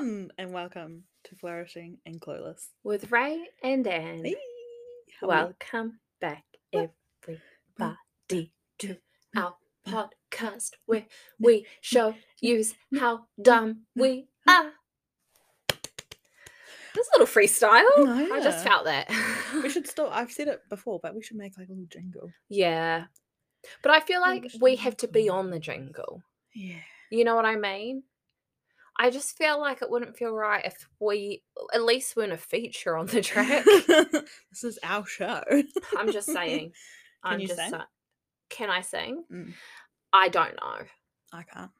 and welcome to Flourishing and Clueless. with Ray and Anne. Hey, how are you? Welcome back, Wel- everybody, to our podcast where we show you how dumb we are. That's a little freestyle. No, I just yeah. felt that. we should still. I've said it before, but we should make like a little jingle. yeah. But I feel Maybe like we should we do have to be on the jingle. Yeah. You know what I mean? I just feel like it wouldn't feel right if we at least weren't a feature on the track. this is our show. I'm just saying. Can I'm you just sing? sa- Can I sing? Mm. I don't know. I can't.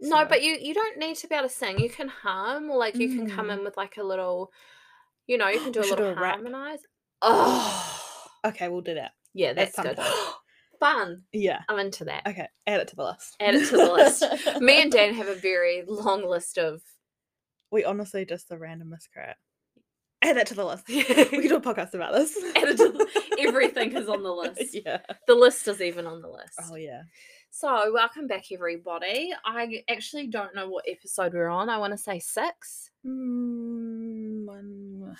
No, So- but you you don't need to be able to sing. You can hum, like you can come Mm. in with like a little, you know, you can do a We should little do a rap. harmonize. Oh, Okay, we'll do that. yeah, At that's some good. point. Fun. Yeah. I'm into that. Okay, add it to the list. Add it to the list. Me and Dan have a very long list of. We honestly just the random miscreant. Add that to the list. Add We could do a podcast about this. it to the- everything is on the list. Yeah. The list is even on the list. Oh yeah. So, welcome back, everybody. I actually don't know what episode we're on. I want to say six. Mm, one.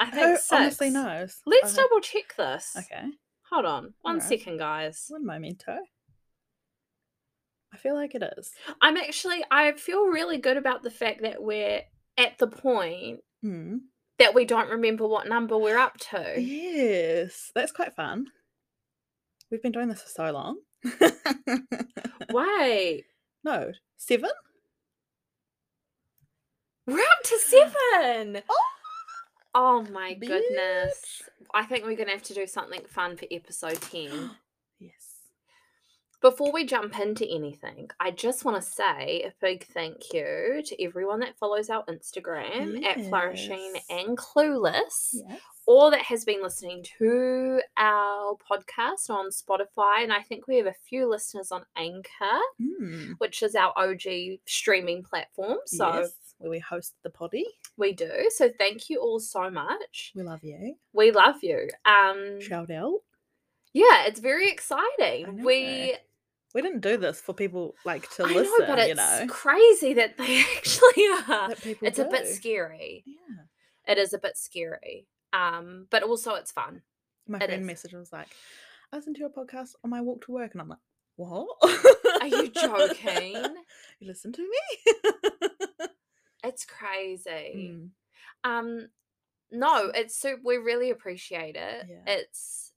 I Who think six. Oh, honestly knows? Let's I- double check this. Okay. Hold on, one Alright. second, guys. One memento. I feel like it is. I'm actually, I feel really good about the fact that we're at the point Mm. that we don't remember what number we're up to. Yes. That's quite fun. We've been doing this for so long. Wait, no. Seven? we're up to seven. Oh, Oh my goodness. bitch. I think we're going to have to do something fun for episode 10. yes. Before we jump into anything, I just want to say a big thank you to everyone that follows our Instagram at Flourishing Yes. and Clueless. Yes. or that has been listening to our podcast on Spotify, and I think we have a few listeners on Anchor, Mm. which is our OG streaming platform. So yes. Where we host the potty. we do. So thank you all so much. We love you. We love you. Um, Shout out. yeah, it's very know. exciting. We We didn't do this for people like to I listen, know, but it's you know. crazy that they actually are. That people It's a bit do. scary. Yeah. It is a bit scary. Um, but also it's fun. My It friend is. message was like, I listened to your podcast on my walk to work. And I'm like, what? Are you joking? you listen to me? it's crazy. Mm, Um, no, it's so we really appreciate it. Yeah. It's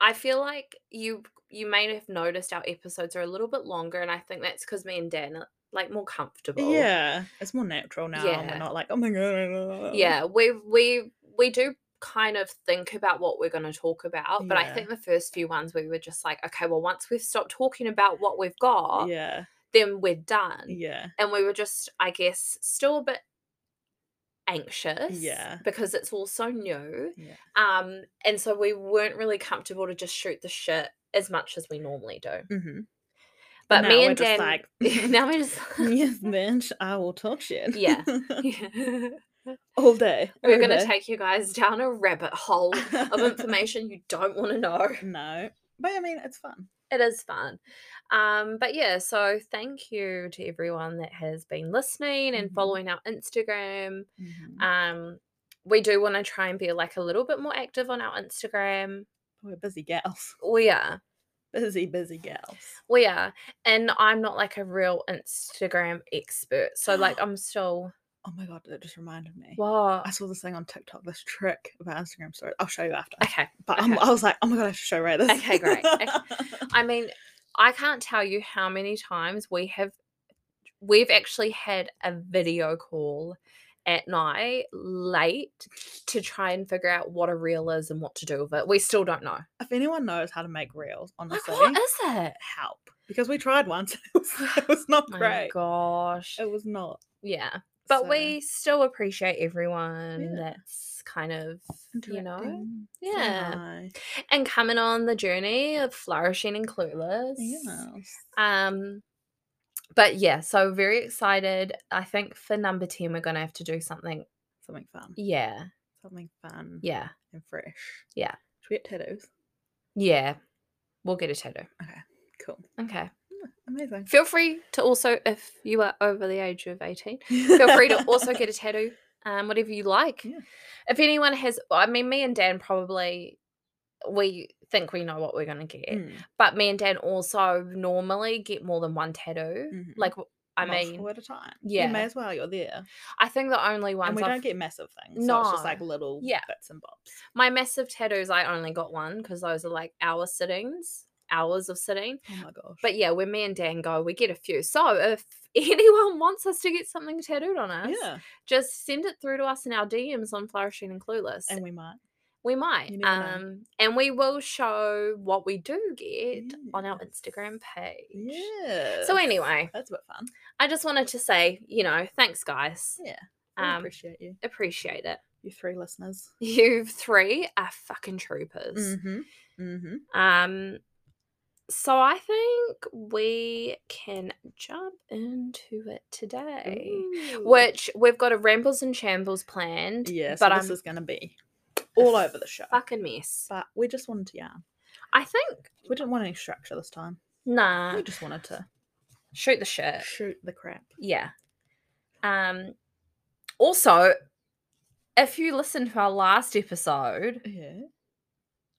I feel like you you may have noticed our episodes are a little bit longer, and I think that's because me and Dan are like more comfortable. Yeah. It's more natural now. and Yeah. We're not like, oh my God. yeah. We we we do kind of think about what we're going to talk about, but I Yeah. think the first few ones we were just like, okay, well, once we've stopped talking about what we've got, Yeah. then we're done. Yeah. and we were just i guess still a bit anxious Yeah. because it's all so new Yeah. um and so we weren't really comfortable to just shoot the shit as much as we normally do Mm-hmm. but now me we're and just dan like, now we just yes, bitch, I will talk shit. Yeah. Yeah. All day. we're every gonna day. take you guys down a rabbit hole of information you don't want to know No. But I mean, it's fun. it is fun um but yeah so thank you to everyone that has been listening and Mhm. following our instagram Mhm. Um, we do want to try and be like a little bit more active on our Instagram. We're busy gals. We are, Busy, busy gals. we are, and I'm not like a real Instagram expert, so like I'm still Oh my God, that just reminded me. wow. I saw this thing on TikTok, this trick about Instagram stories. I'll show you after. Okay, But I'm- okay. I was like, oh my god, I should show Ray this. Okay, great. Okay. I mean, I can't tell you how many times we have we've actually had a video call at night late to try and figure out what a reel is and what to do with it. We still don't know. if anyone knows how to make reels, Like, honestly, what is it? help because we tried once. It was, it was not Oh my great. gosh. It was not. Yeah. But So, we still appreciate everyone Yeah. that's kind of, you know, interacting, saying yeah, hi, and coming on the journey of flourishing and clueless. yes. Um, but yeah, so very excited. I think for number 10, we're going to have to do something. something fun, Yeah. something fun, Yeah. and fresh. Yeah. Should we get tattoos? Yeah. We'll get a tattoo. Okay, cool. Okay. Amazing. Feel free to also, if you are over the age of 18, feel free to also get a tattoo, um, whatever you like. Yeah. If anyone has, I mean, me and Dan probably, we think we know what we're going to get, Mm, but me and Dan also normally get more than one tattoo. mhm. Like, w- I Multiple mean, at a time. You may yeah. as well. You're there. I think the only ones and we I've- don't get massive things. So it's just like No. little Yeah. bits and bobs. my massive tattoos, I only got one because those are like hour sittings, hours of sitting. Oh my gosh. But yeah, when me and Dan go, we get a few. So if anyone wants us to get something tattooed on us, yeah. just send it through to us in our DMs on Flourishing and Clueless. And we might. we might. you never know. Um, and we will show what we do get on our Yes. Instagram page. Yeah. So anyway, That's a bit fun. I just wanted to say, you know, thanks guys. Yeah. We Um, appreciate you. appreciate it. You three listeners. You three are fucking troopers. Mm-hmm. Mm-hmm. Um, so I think we can jump into it today, which we've got a rambles and shambles planned. mm-hmm. Yeah, so but this I'm is gonna be a all over the show. fucking mess. But we just wanted to yarn. I think We didn't want any structure this time. nah, We just wanted to shoot the shit. shoot the crap. Yeah. Um. Also, if you listened to our last episode, Yeah.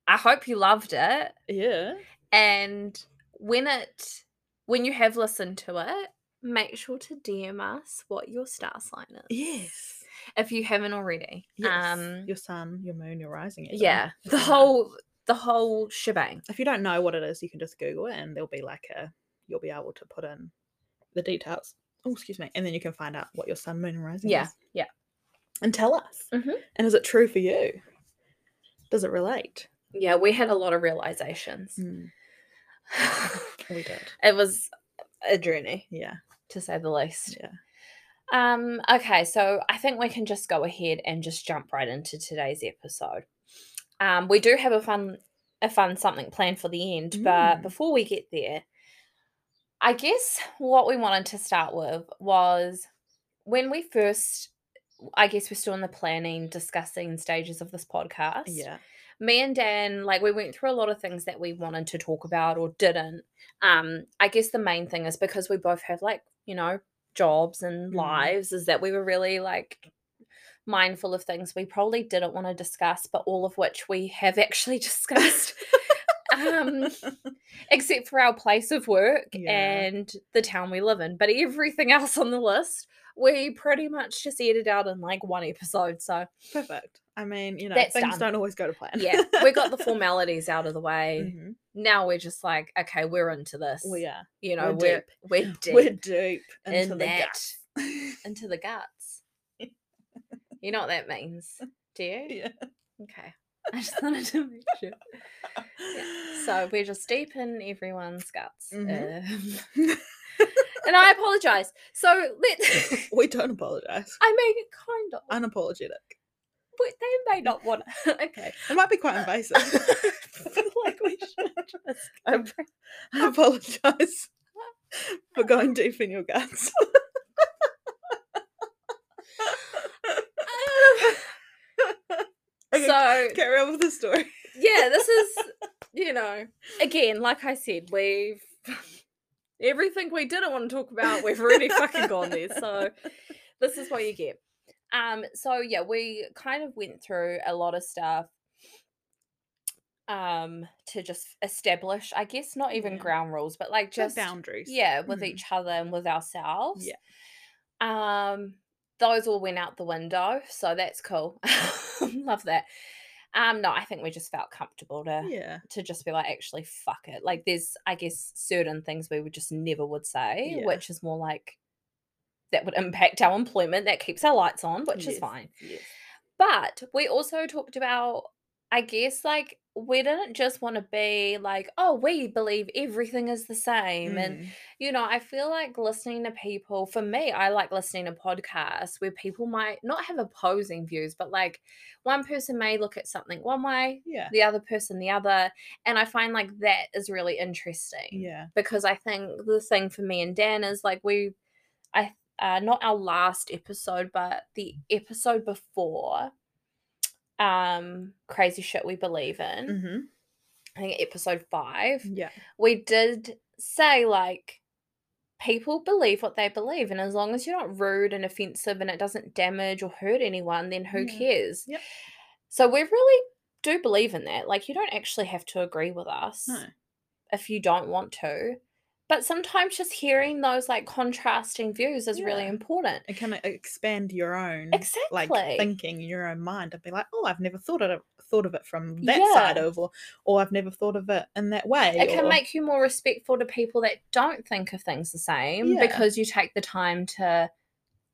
I hope you loved it. Yeah. And when it, when you have listened to it, make sure to DM us what your star sign is. Yes. if you haven't already. Yes. Um your sun, your moon, your rising. even. yeah, the Yeah. whole the whole shebang. If you don't know what it is, you can just Google it and there'll be like a you'll be able to put in the details. Oh, excuse me. And then you can find out what your sun, moon, and rising Yeah, is. yeah. And tell us. Mhm. And is it true for you? Does it relate? Yeah, we had a lot of realizations. Mm, we did. it was a journey Yeah. to say the least. Yeah. Um okay, so I think we can just go ahead and just jump right into today's episode. Um we do have a fun a fun something planned for the end, but Mm. before we get there, I guess what we wanted to start with was when we first I guess we're still in the planning, discussing stages of this podcast. Yeah. Me and Dan, like we went through a lot of things that we wanted to talk about or didn't. Um, I guess the main thing is because we both have like, you know, jobs and Mm. lives, is that we were really like mindful of things we probably didn't want to discuss, but all of which we have actually discussed. um except for our place of work Yeah. and the town we live in. But everything else on the list, we pretty much just edited out in like one episode. So Perfect. I mean, you know, That's things done. don't always go to plan. yeah, we got the formalities out of the way. Mhm. Now we're just like, okay, we're into this. We are. you know, we're we're we're deep, We're deep in into the that gut. into the guts. you know what that means, do you? yeah. Okay. I just wanted to make sure. So we're just deep in everyone's guts. Mhm. Um, and I apologize. So let we don't apologize. I mean, kind of. Unapologetic. But they may not want it. okay. It might be quite Uh, invasive. like we should just go back. I apologize for going deep in your guts. Okay, so carry on with the story. yeah, this is you know again, like I said, we've everything we didn't want to talk about, we've already fucking gone there. So this is what you get. Um, so yeah, we kind of went through a lot of stuff um to just establish, I guess, not even Yeah. ground rules, but like just just boundaries. yeah, with Mm. each other and with ourselves. Yeah. Um, those all went out the window, so that's cool. Love that. Um, no, I think we just felt comfortable to Yeah. to just be like, actually, fuck it. Like, there's, I guess, certain things we would just never would say, Yeah. which is more like that would impact our employment. That keeps our lights on, which is Yes, fine. yes. But we also talked about, I guess, like we didn't just want to be like, oh, we believe everything is the same, and Mm. you know, I feel like listening to people, for me, I like listening to podcasts where people might not have opposing views, but like one person may look at something one way, Yeah. the other person the other. And I find like that is really interesting Yeah. because I think the thing for me and Dan is like we, I, uh, not our last episode, but the Mm. episode before, um, crazy shit we believe in. hmm I think episode five Yeah. we did say like people believe what they believe and as long as you're not rude and offensive and it doesn't damage or hurt anyone then who Yeah. cares Mm. Yep. so we really do believe in that like you don't actually have to agree with us No. if you don't want to but sometimes just hearing those like contrasting views is really Yeah. important And kind of expand your own exactly like thinking in your own mind and be like, oh, I've never thought of thought of it from that side Yeah. of, or or I've never thought of it in that way. it can or- make you more respectful to people that don't think of things the same Yeah. because you take the time to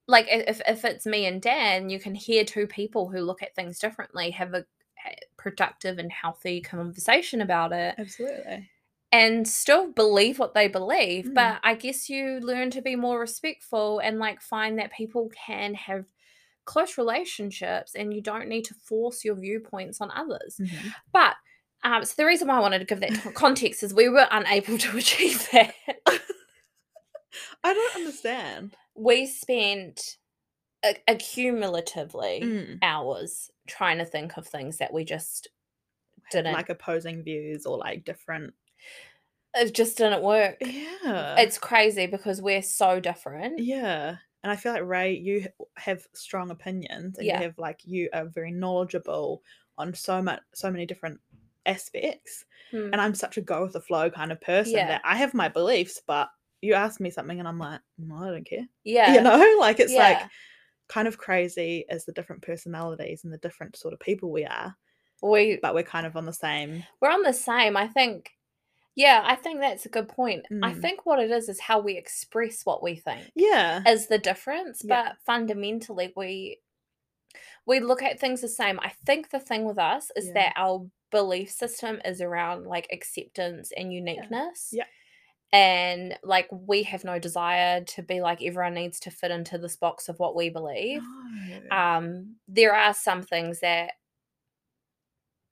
like i- if, if it's me and dan you can hear two people who look at things differently have a a productive and healthy conversation about it absolutely and still believe what they believe Mm. but i guess you learn to be more respectful and like find that people can have close relationships and you don't need to force your viewpoints on others Mhm. but um, so the reason why I wanted to give that t- context is we were unable to achieve that. I don't understand. we spent a- accumulatively Mm. hours trying to think of things that we just didn't Like opposing views or like different. it uh, just didn't work. Yeah. It's crazy because we're so different. Yeah. And I feel like Ray, you h- have strong opinions, and Yeah. you have like you are very knowledgeable on so much, so many different aspects. Hmm. And I'm such a go with the flow kind of person Yeah. that I have my beliefs, but you ask me something, and I'm like, no, I don't care. Yeah. You know, like it's like Yeah. kind of crazy as the different personalities and the different sort of people we are, we but we're kind of on the same. we're on the same. I think yeah, I think that's a good point. I Mm. think what it is is how we express what we think. Yeah. is the difference Yeah. but fundamentally we we look at things the same i think the thing with us is Yeah. that our belief system is around like acceptance and uniqueness Yeah. and like we have no desire to be like everyone needs to fit into this box of what we believe Oh, No. um there are some things that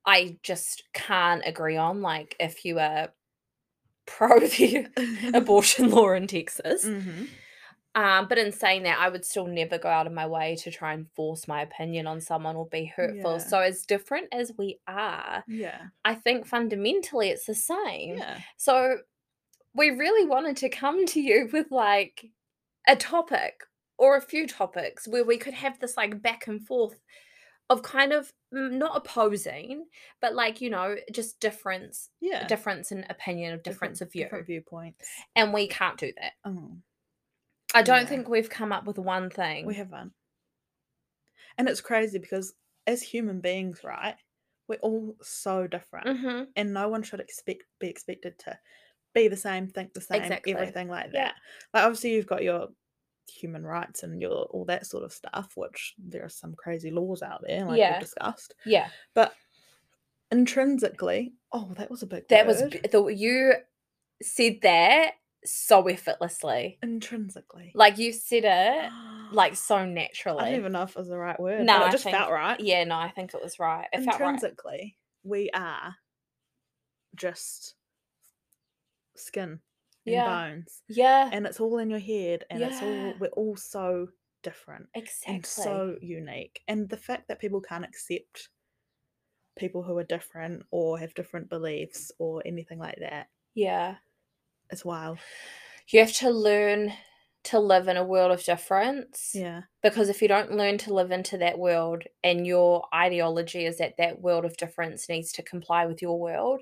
i just can't agree on like if you are pro the abortion law in texas Mhm. um, but in saying that, I would still never go out of my way to try and force my opinion on someone or be Yeah. hurtful. So, as different as we are, Yeah. I think fundamentally it's the same. Yeah. So, we really wanted to come to you with like a topic or a few topics where we could have this like back and forth of kind of mm, not opposing, but like, you know, just difference, Yeah. difference in opinion, of difference of view. Different viewpoints. And we can't do that. Oh. I don't Yeah. think we've come up with one thing. We haven't. And it's crazy because as human beings, right, we're all so different, hmm and no one should expect be expected to be the same, think the same, Exactly. everything like that. Yeah. Like obviously, you've got your human rights and your all that sort of stuff, which there are some crazy laws out there, like Yeah. we've discussed. Yeah, But intrinsically, oh, that was a big. that was word. b- the you said that so effortlessly. intrinsically. Like you said it like so I don't naturally. even know if it was the right word. No, but it I just think- felt right. Yeah, no, I think it was right. It felt right. intrinsically we are just skin and Yeah, bones yeah, and it's all in your head and it's all Yeah. we're all so different exactly. and so unique and the fact that people can't accept people who are different or have different beliefs or anything like that yeah, is wild you have to learn to live in a world of difference. yeah Because if you don't learn to live into that world and your ideology is that that world of difference needs to comply with your world,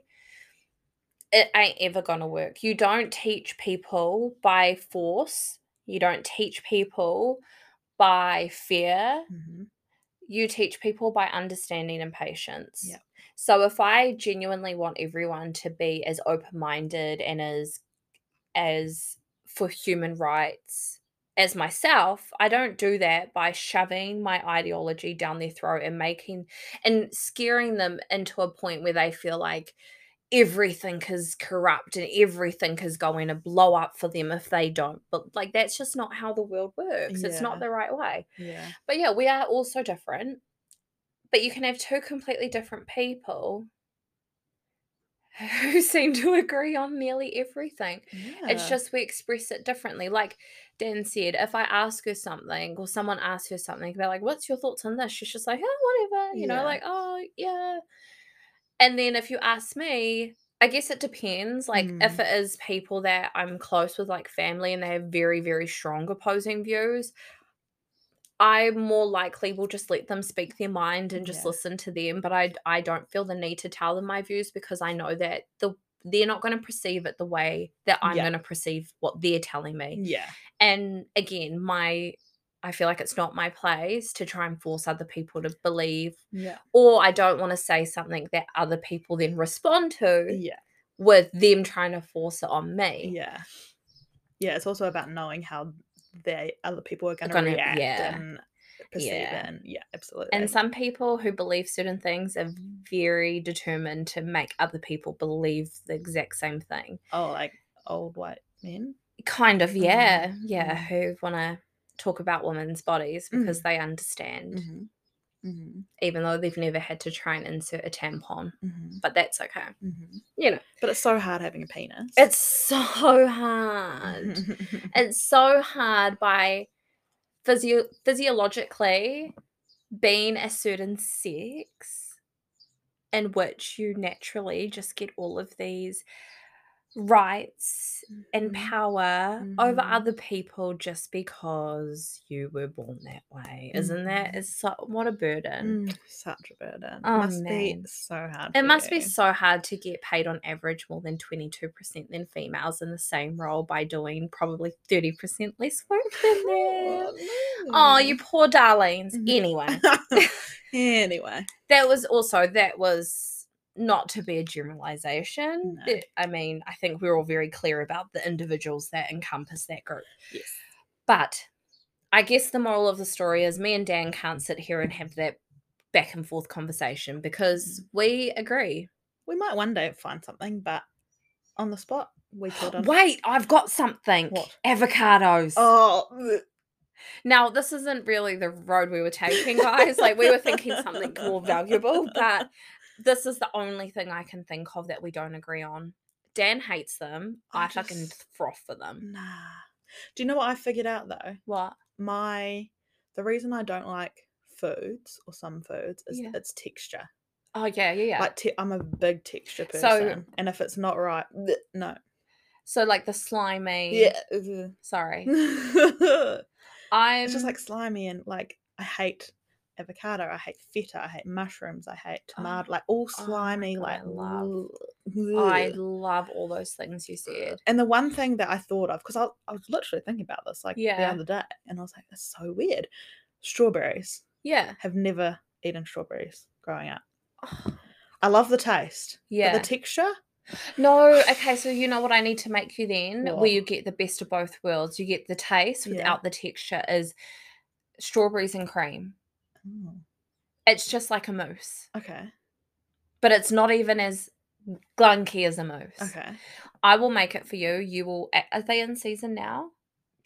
it ain't ever going to work. You don't teach people by force, you don't teach people by fear, Mhm. you teach people by understanding and patience. Yep. So if I genuinely want everyone to be as open-minded and as as for human rights as myself, I don't do that by shoving my ideology down their throat and making and scaring them into a point where they feel like everything is corrupt and everything is going to blow up for them if they don't. But like that's just not how the world works. It's Yeah. not the right way. yeah But yeah, we are all so different. But you can have two completely different people who seem to agree on nearly everything. It's Yeah. just we express it differently. Like Dan said, if I ask her something or someone asks her something, they're like, What's your thoughts on this? She's just like, Oh, whatever. You Yeah. know, like, Oh, yeah. And then if you ask me, I guess it depends. Like if Mm. it is people that I'm close with, like family, and they have very, very strong opposing views, I more likely will just let them speak their mind and just Yeah. listen to them. But I I don't feel the need to tell them my views because I know that the they're not going to perceive it the way that I'm Yeah. going to perceive what they're telling me Yeah. and again my i feel like it's not my place to try and force other people to believe Yeah. or i don't want to say something that other people then respond to Yeah. with them trying to force it on me Yeah. Yeah. It's also about knowing how they other people are going to gonna- react yeah. and perceive Yeah. it. And, yeah, absolutely. and some people who believe certain things are very determined to make other people believe the exact same thing oh, like old white men. kind of yeah yeah mm. who want to talk about women's bodies because they understand Mm-hmm. Mm-hmm. even though they've never had to try and insert a tampon Mm-hmm. but that's okay Mm-hmm. you know But it's so hard having a penis. It's so hard. it's so hard by physio- physiologically being a certain sex in which you naturally just get all of these rights and Mhm. power over Mhm. other people just because you were born that way. Isn't that Mhm. is so what a burden. Mm, such a burden. Oh, must be man. so hard. It for must be you. so hard to get paid on average more than 22% than females in the same role by doing probably 30% less work than them. Oh, you poor darlings. Mhm. Anyway, No. anyway. that was also, that was not to be a generalization. No. It- I mean, I think we're all very clear about the individuals that encompass that group. Yes. But I guess the moral of the story is me and Dan can't sit here and have that back and forth conversation because we agree. We might one day find something, but on the spot, we could. have- Wait, I've got something. What? Avocados. Oh, bleh. Now, this isn't really the road we were taking, guys. like, we were thinking something more valuable, but this is the only thing I can think of that we don't agree on. Dan hates them. I, I fucking just- froth for them. nah. Do you know what I figured out though? What? My the reason I don't like foods or some foods is Yeah. its texture. Oh, yeah, yeah, yeah. Like te- I'm a big texture So- person, and if it's not right, bleh, no. so, like, the slimy. Yeah. ugh. Sorry. it's I'm. just like slimy and like I hate avocado, I hate feta, I hate mushrooms, I hate Oh, tomato, like all oh my slimy, God, I like love- I bleh. love all those things you said. And the one thing that I thought of, because I, I was literally thinking about this like the Yeah. other day, and I was like, that's so weird. Strawberries. Yeah. Have never eaten strawberries growing up. I love the taste. Yeah. But the texture? No, okay, so you know what I need to make you then, where What? you get the best of both worlds. You get the taste Yeah. without the texture is strawberries and cream. Oh, It's just like a mousse, okay. but it's not even as glunky as a mousse. Okay. I will make it for you. You will a- are they in season now?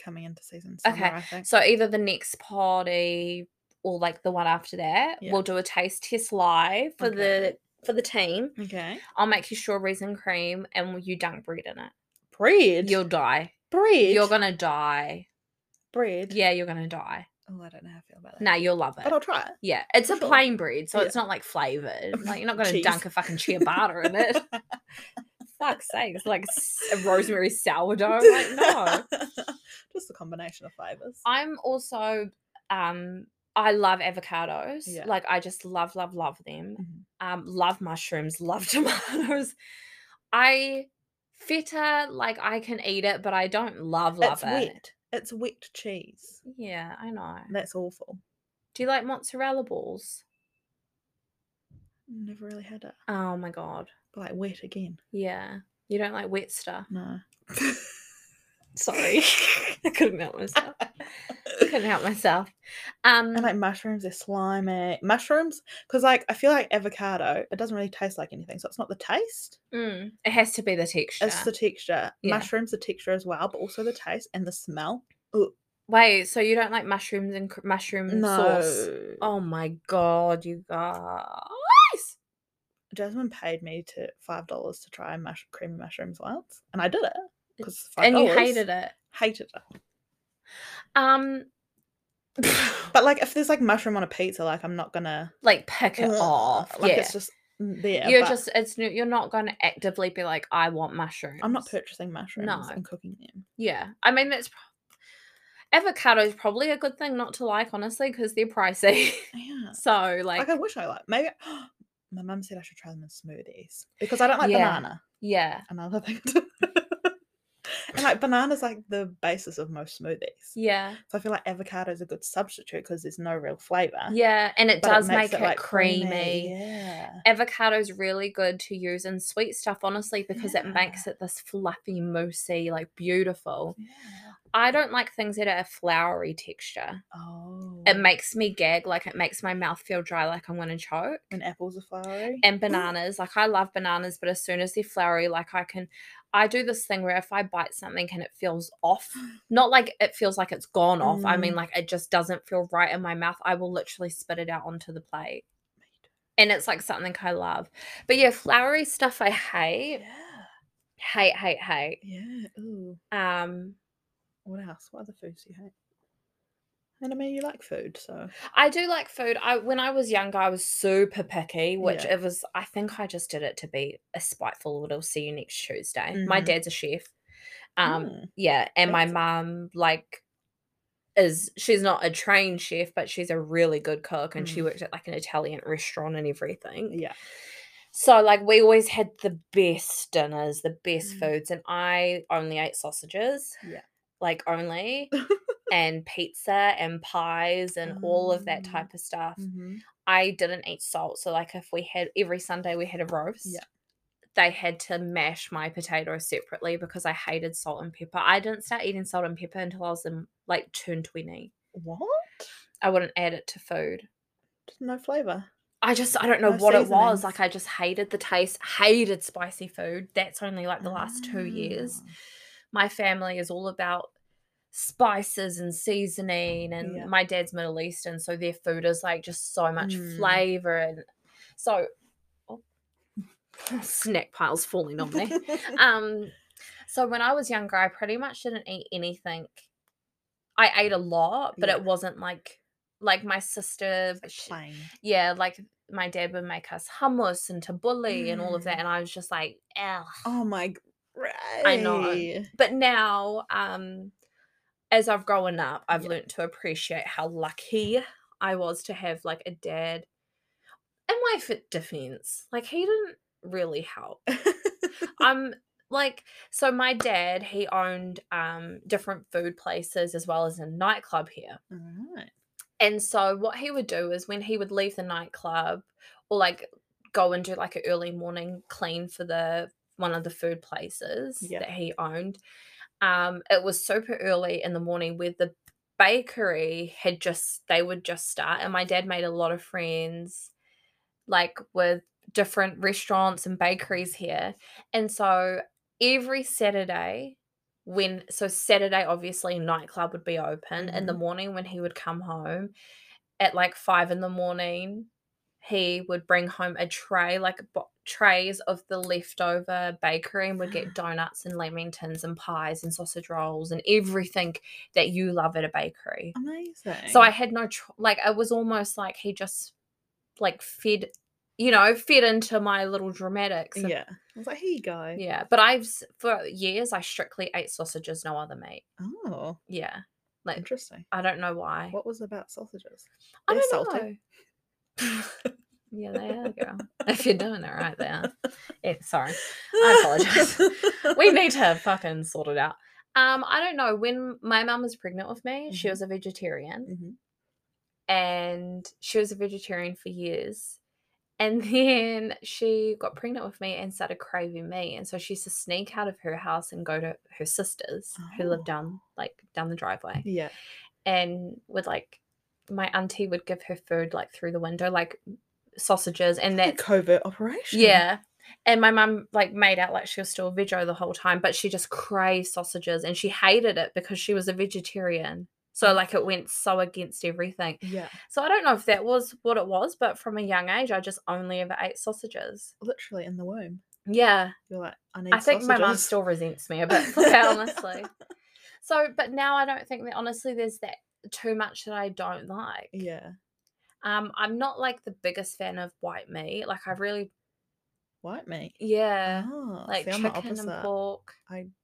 Coming into season summer, Okay, I think. So either the next party or like the one after that, Yeah. we'll do a taste test live for Okay. the for the team. okay. I'll make you strawberries and cream and you dunk bread in it. Bread. You'll die. bread. You're gonna die. bread. Yeah, you're gonna die. Oh, I don't know how I feel about that. No, you'll love it. But I'll try it. yeah, it's a sure. plain bread, so Yeah. it's not like flavored. Like you're not gonna Cheese. dunk a fucking ciabatta in it. Fuck's sake, it's like s- a rosemary sourdough. Like no, Just a combination of flavors. I'm also um I love avocados. Yeah. Like I just love, love, love them. Mhm. Um, love mushrooms, love tomatoes. I feta, like I can eat it, but I don't love love it's it. wet. It's wet cheese. Yeah, I know. That's awful. Do you like mozzarella balls? Never really had it. Oh my god. But like wet again. Yeah. You don't like wet stuff. No. Sorry. I couldn't help myself. couldn't help myself. Um And like mushrooms, they're slimy. Mushrooms, because like I feel like avocado, it doesn't really taste like anything. So it's not the taste, mm, it has to be the texture. it's the texture. Yeah. Mushrooms, the texture as well, but also the taste and the smell. Ugh, Wait, so you don't like mushrooms and cr- mushroom Mm, sauce? Oh my god, you guys. Jasmine paid me to five dollars to try mush- creamy mushrooms once, and I did it because And you hated it. hated it. Um But like, if there's like mushroom on a pizza, like I'm not gonna like pick it Ugh, off. Like yeah. it's just mm, there. you're but just it's n- you're not going to actively be like I want mushrooms. I'm not purchasing mushrooms No. and cooking them. Yeah, I mean that's pro- avocado is probably a good thing not to like honestly because they're pricey. Yeah. so Like, like I wish I like maybe my mum said I should try them in smoothies because I don't like Yeah. banana. yeah Another thing. to- and like banana's like the basis of most smoothies. yeah So I feel like avocado is a good substitute because there's no real flavor. yeah, and it but does make makes it, like creamy. Yeah. Avocado's really good to use in sweet stuff, honestly, because it makes it this fluffy, moussey, like beautiful. Yeah. I don't like things that are floury texture. Oh. It makes me gag, like it makes my mouth feel dry, like I'm gonna choke. when apples are flowery. and bananas. Like I love bananas, but as soon as they're flowery, like I can, I do this thing where if I bite something and it feels off, not like it feels like it's gone off. I mean, Mm. like it just doesn't feel right in my mouth. I will literally spit it out onto the plate, and it's like something I love. But yeah, flowery stuff I hate, Yeah. hate, hate, hate. Yeah. Ooh. Um, What else? What other foods do you hate? And I mean, you like food, so I do like food. I when I was younger, I was super picky, which Yeah. it was. I think I just did it to be a spiteful little. See you next Tuesday. My Mhm. dad's a chef. Um, Mm, yeah, and my fancy. mum like is she's not a trained chef, but she's a really good cook, and she Mm. worked at like an Italian restaurant and everything. hmm, yeah. So like we always had the best dinners, the best Mm. foods, and I only ate sausages. Yeah. Like only and pizza and pies and all of that Mm. type of stuff. Mhm. I didn't eat salt. So like if we had every Sunday we had a roast. Yeah. They had to mash my potatoes separately because I hated salt and pepper. I didn't start eating salt and pepper until I was in like turned 20. What? I wouldn't add it to food. Just no flavor. I just I don't No know what it was. seasonings. Like I just hated the taste, hated spicy food. That's only like the last 2 years. Ah. My family is all about spices and seasoning and Yeah. my dad's Middle Eastern, so their food is like just so much Mm. flavor and so oh, snack piles Mm, falling on me. um so when I was younger I pretty much didn't eat anything. I ate a lot, but Yeah. it wasn't like like my sister It's like she- plain. yeah, like my dad would make us hummus and tabbouleh and all of that, Mm. and I was just like, Ugh. Oh my g- know. right. But now, um, as I've grown up, I've Yeah. learned to appreciate how lucky I was to have like a dad. In my fit defense, like he didn't really help. um, like so, my dad he owned um different food places as well as a nightclub here. Alright. And so what he would do is when he would leave the nightclub or like go and do like an early morning clean for the one of the food places Yeah. that he owned. Um, it was super early in the morning where the bakery had just they would just start and my dad made a lot of friends like with different restaurants and bakeries here. And so every Saturday when so Saturday obviously nightclub would be open in the Mhm. morning when he would come home at like five in the morning he would bring home a tray like bo- trays of the leftover bakery and would get donuts and lamingtons and pies and sausage rolls and everything that you love at a bakery Amazing. so i had no tr- like it was almost like he just like fed you know fed into my little dramatics of Yeah. I was like, here you go. yeah, but I've s- for years I strictly ate sausages, no other meat. Oh, Yeah, like interesting. I don't know why. What was about sausages? I they're don't salty. know. yeah, they are, girl. If you're doing it right there, yeah, sorry. I apologise. We need to fucking sort it out. Um, I don't know. When my mum was pregnant with me, she Mhm. was a vegetarian, Mhm. and she was a vegetarian for years. And then she got pregnant with me and started craving me. And so she used to sneak out of her house and go to her sister's who lived Oh. down like down the driveway. Yeah. And would like my auntie would give her food like through the window, like sausages and Like a that's covert operation. yeah. And my mum like made out like she was still a veggie the whole time, but she just craved sausages and she hated it because she was a vegetarian. Oh. So like it went so against everything. Yeah. So I don't know if that was what it was, but from a young age, I just only ever ate sausages. Literally in the womb. Yeah, You're like, I need I think my mum sausages." still resents me a bit for that, honestly. So, but now I don't think that honestly, there's that too much that I don't like. Yeah. Um, I'm not like the biggest fan of white meat. Like I really white meat. Yeah. Ah, like see, I'm the chicken and opposite. pork.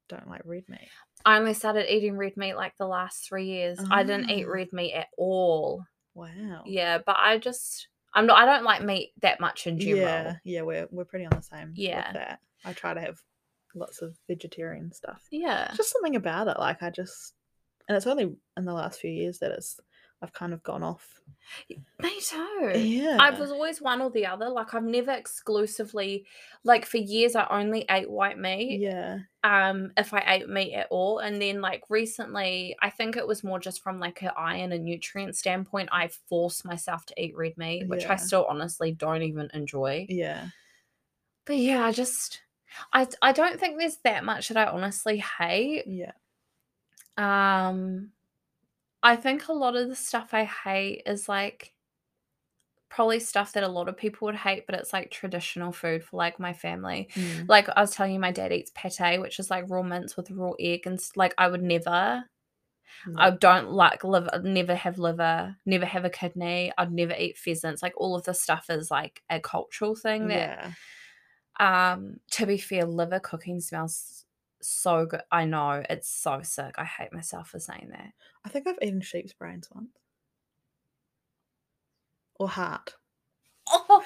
Don't like red meat. I only started eating red meat like the last three years. I didn't eat Ah. Oh. red meat at all. Wow. Yeah, but I just I'm not I don't like meat that much in general. Yeah. Yeah. We're we're pretty on the same. Yeah. With that. I try to have lots of vegetarian stuff. Yeah. It's Just something about it. Like I just, and it's only in the last few years that it's. I've kind of gone off. Me too. Yeah. I was always one or the other. Like I've never exclusively like for years I only ate white meat. Yeah. um if I ate meat at all. And then like recently, I think it was more just from like an iron and nutrient standpoint, I forced myself to eat red meat, which Yeah. I still honestly don't even enjoy. Yeah. But yeah, I just I I don't think there's that much that I honestly hate. Yeah. Um I think a lot of the stuff I hate is like probably stuff that a lot of people would hate, but it's like traditional food for like my family Mm. like I was telling you, my dad eats pate, which is like raw mince with raw egg, and s- like I would never. I No. don't like liver. I'd Never have liver. Never have a kidney. I'd never eat pheasants. Like all of this stuff is like a cultural thing. That yeah. um, to be fair, liver cooking smells so good. I know it's so sick. I hate myself for saying that. I think I've eaten sheep's brains once. Or heart. Oh,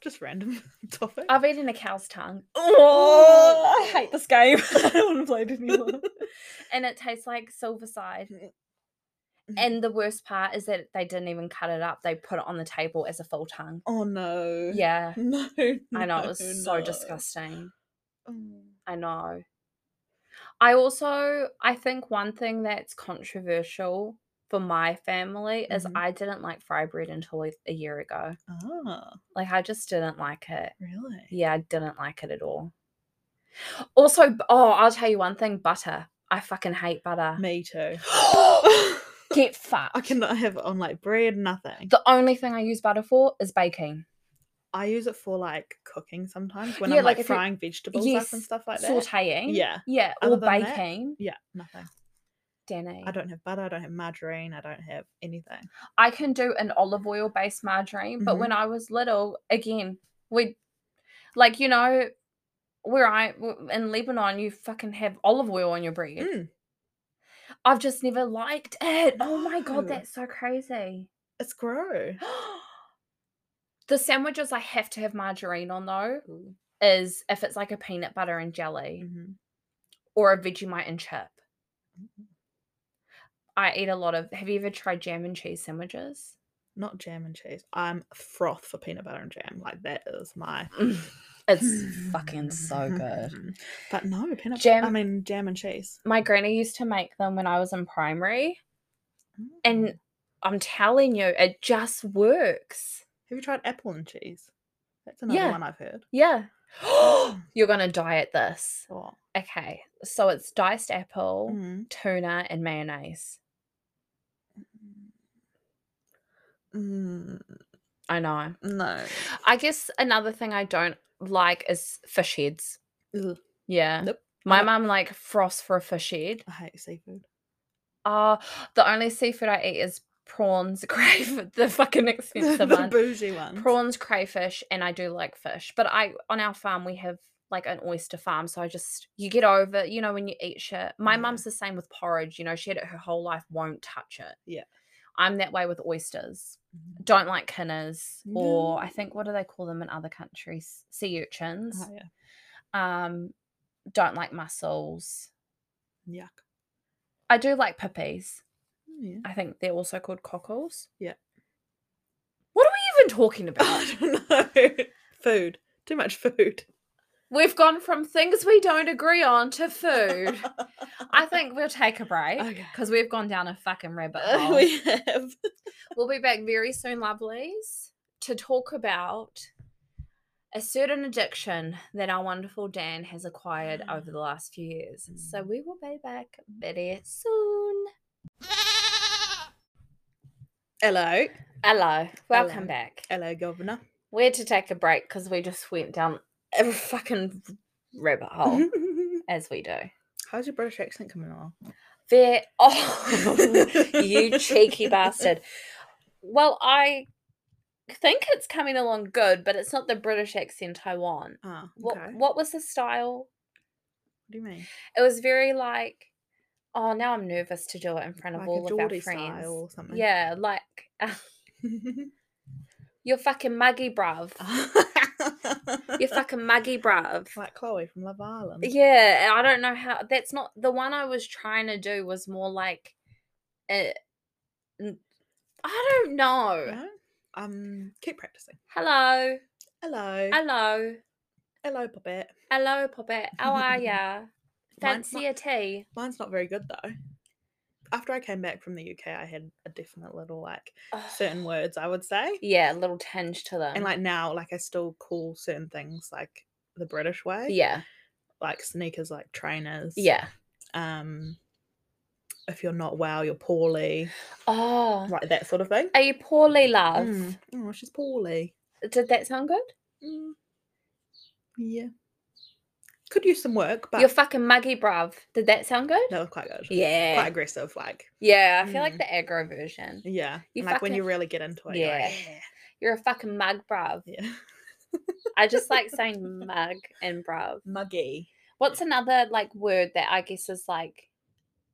Just random topic. I've eaten a cow's tongue. Oh, I hate this game. I don't want to play it anymore. and it tastes like Silverside. And the worst part is that they didn't even cut it up. They put it on the table as a full tongue. oh no. Yeah. No. I know. It was no, so no. disgusting. Mm. I know. I also, I think one thing that's controversial for my family is Mhm. I didn't like fry bread until a- a year ago. Ah, Like, I just didn't like it. really? Yeah, I didn't like it at all. Also, b- oh, I'll tell you one thing butter. I fucking hate butter. Me too. Get fucked. I cannot have it on like bread, nothing. The only thing I use butter for is baking. I use it for like cooking sometimes when Yeah, I'm like, like if you- frying vegetables up and Yes, stuff like that. Sauteing. Yeah. Yeah. Other Or than that, baking. Yeah, nothing. Danny. I don't have butter, I don't have margarine, I don't have anything. I can do an olive oil based margarine, Mm-hmm. but when I was little, again, we like, you know, where I w- in Lebanon, you fucking have olive oil on your bread. Mm. I've just never liked it. Oh my No. god, that's so crazy. It's gross. the sandwiches I have to have margarine on though is if it's like a peanut butter and jelly Mhm. or a Vegemite and chip. I eat a lot of. Have you ever tried jam and cheese sandwiches? Not jam and cheese. I'm froth for peanut butter and jam. Like that is my It's fucking so good. But no, peanut jam. I Jam- mean jam and cheese. My granny used to make them when I was in primary, and Mm. I'm telling you, it just works. have you tried apple and cheese? That's another Yeah. one I've heard. Yeah. You're gonna die at this. What? Okay, so it's diced apple, Mm. tuna, and mayonnaise. Mm, I know. no. I guess another thing I don't like is fish heads. Ugh, Yeah. Nope. My Nope. mum like frost for a fish head. I hate seafood. Uh the only seafood I eat is prawns, crayfish, the fucking The, expensive one. bougie one. Prawns, crayfish, and I do like fish. But I on our farm we have like an oyster farm, so I just you get over, you know, when you eat shit. My Yeah. mum's the same with porridge, you know, she had it her whole life, won't touch it. Yeah. Mm-hmm. I'm that way with oysters. Don't like kinners or I No. think what do they call them in other countries? Sea urchins. Oh, yeah. um don't like mussels Yuck. i do like pippies Yeah. i think they're also called cockles Yeah. what are we even talking about I don't know. food. Too much food. we've gone from things we don't agree on to food i think we'll take a break Okay. because we've gone down a fucking rabbit Uh, hole we have. we'll be back very soon lovelies to talk about a certain addiction that our wonderful dan has acquired over the last few years so Mm. we will be back very soon Hello. Hello, welcome Hello. back. Hello, Governor. We had to take a break because we just went down a fucking rabbit Mm-hmm. hole, as we do. How's your British accent coming along? There, oh, you cheeky bastard. Well, I think it's coming along good, but it's not the British accent I want. Ah, What okay. What what was the style? do you mean? It was very like, oh, now I'm nervous to do it in front of Like all a of our Geordie friends. style or something. Yeah, like you're fucking muggy, bruv. You're fucking muggy, bruv. like um, Chloe from Love Island. Yeah, I don't know how. That's not the one I was trying to do. Was more like, uh, n- I don't know. No? Um, keep practicing. Hello, Hello. hello, Hello, Poppet. hello, Poppet. How are ya? Mine's Fancy a tea? Mine's not very good though. After I came back from the UK, I had a definite little like Ugh. certain words I would say, Yeah, a little tinge to them. and like now, like I still call certain things like the British way, yeah, like sneakers, like trainers, yeah. Um, if you're not well, you're poorly, Oh, like that sort of thing. are you poorly, love? Mm. Oh, she's poorly. Did that sound good? Mm. Yeah, could use some work, but You're fucking muggy, bruv. Did that sound good? that was quite good. Yeah, quite aggressive, like yeah. I feel like Mm. the aggro version. yeah, You and, like when fucking- you really get into it, you're like, You're a fucking mug, bruv. yeah, yeah, I just like saying mug and bruv. muggy. What's another like word that I guess is like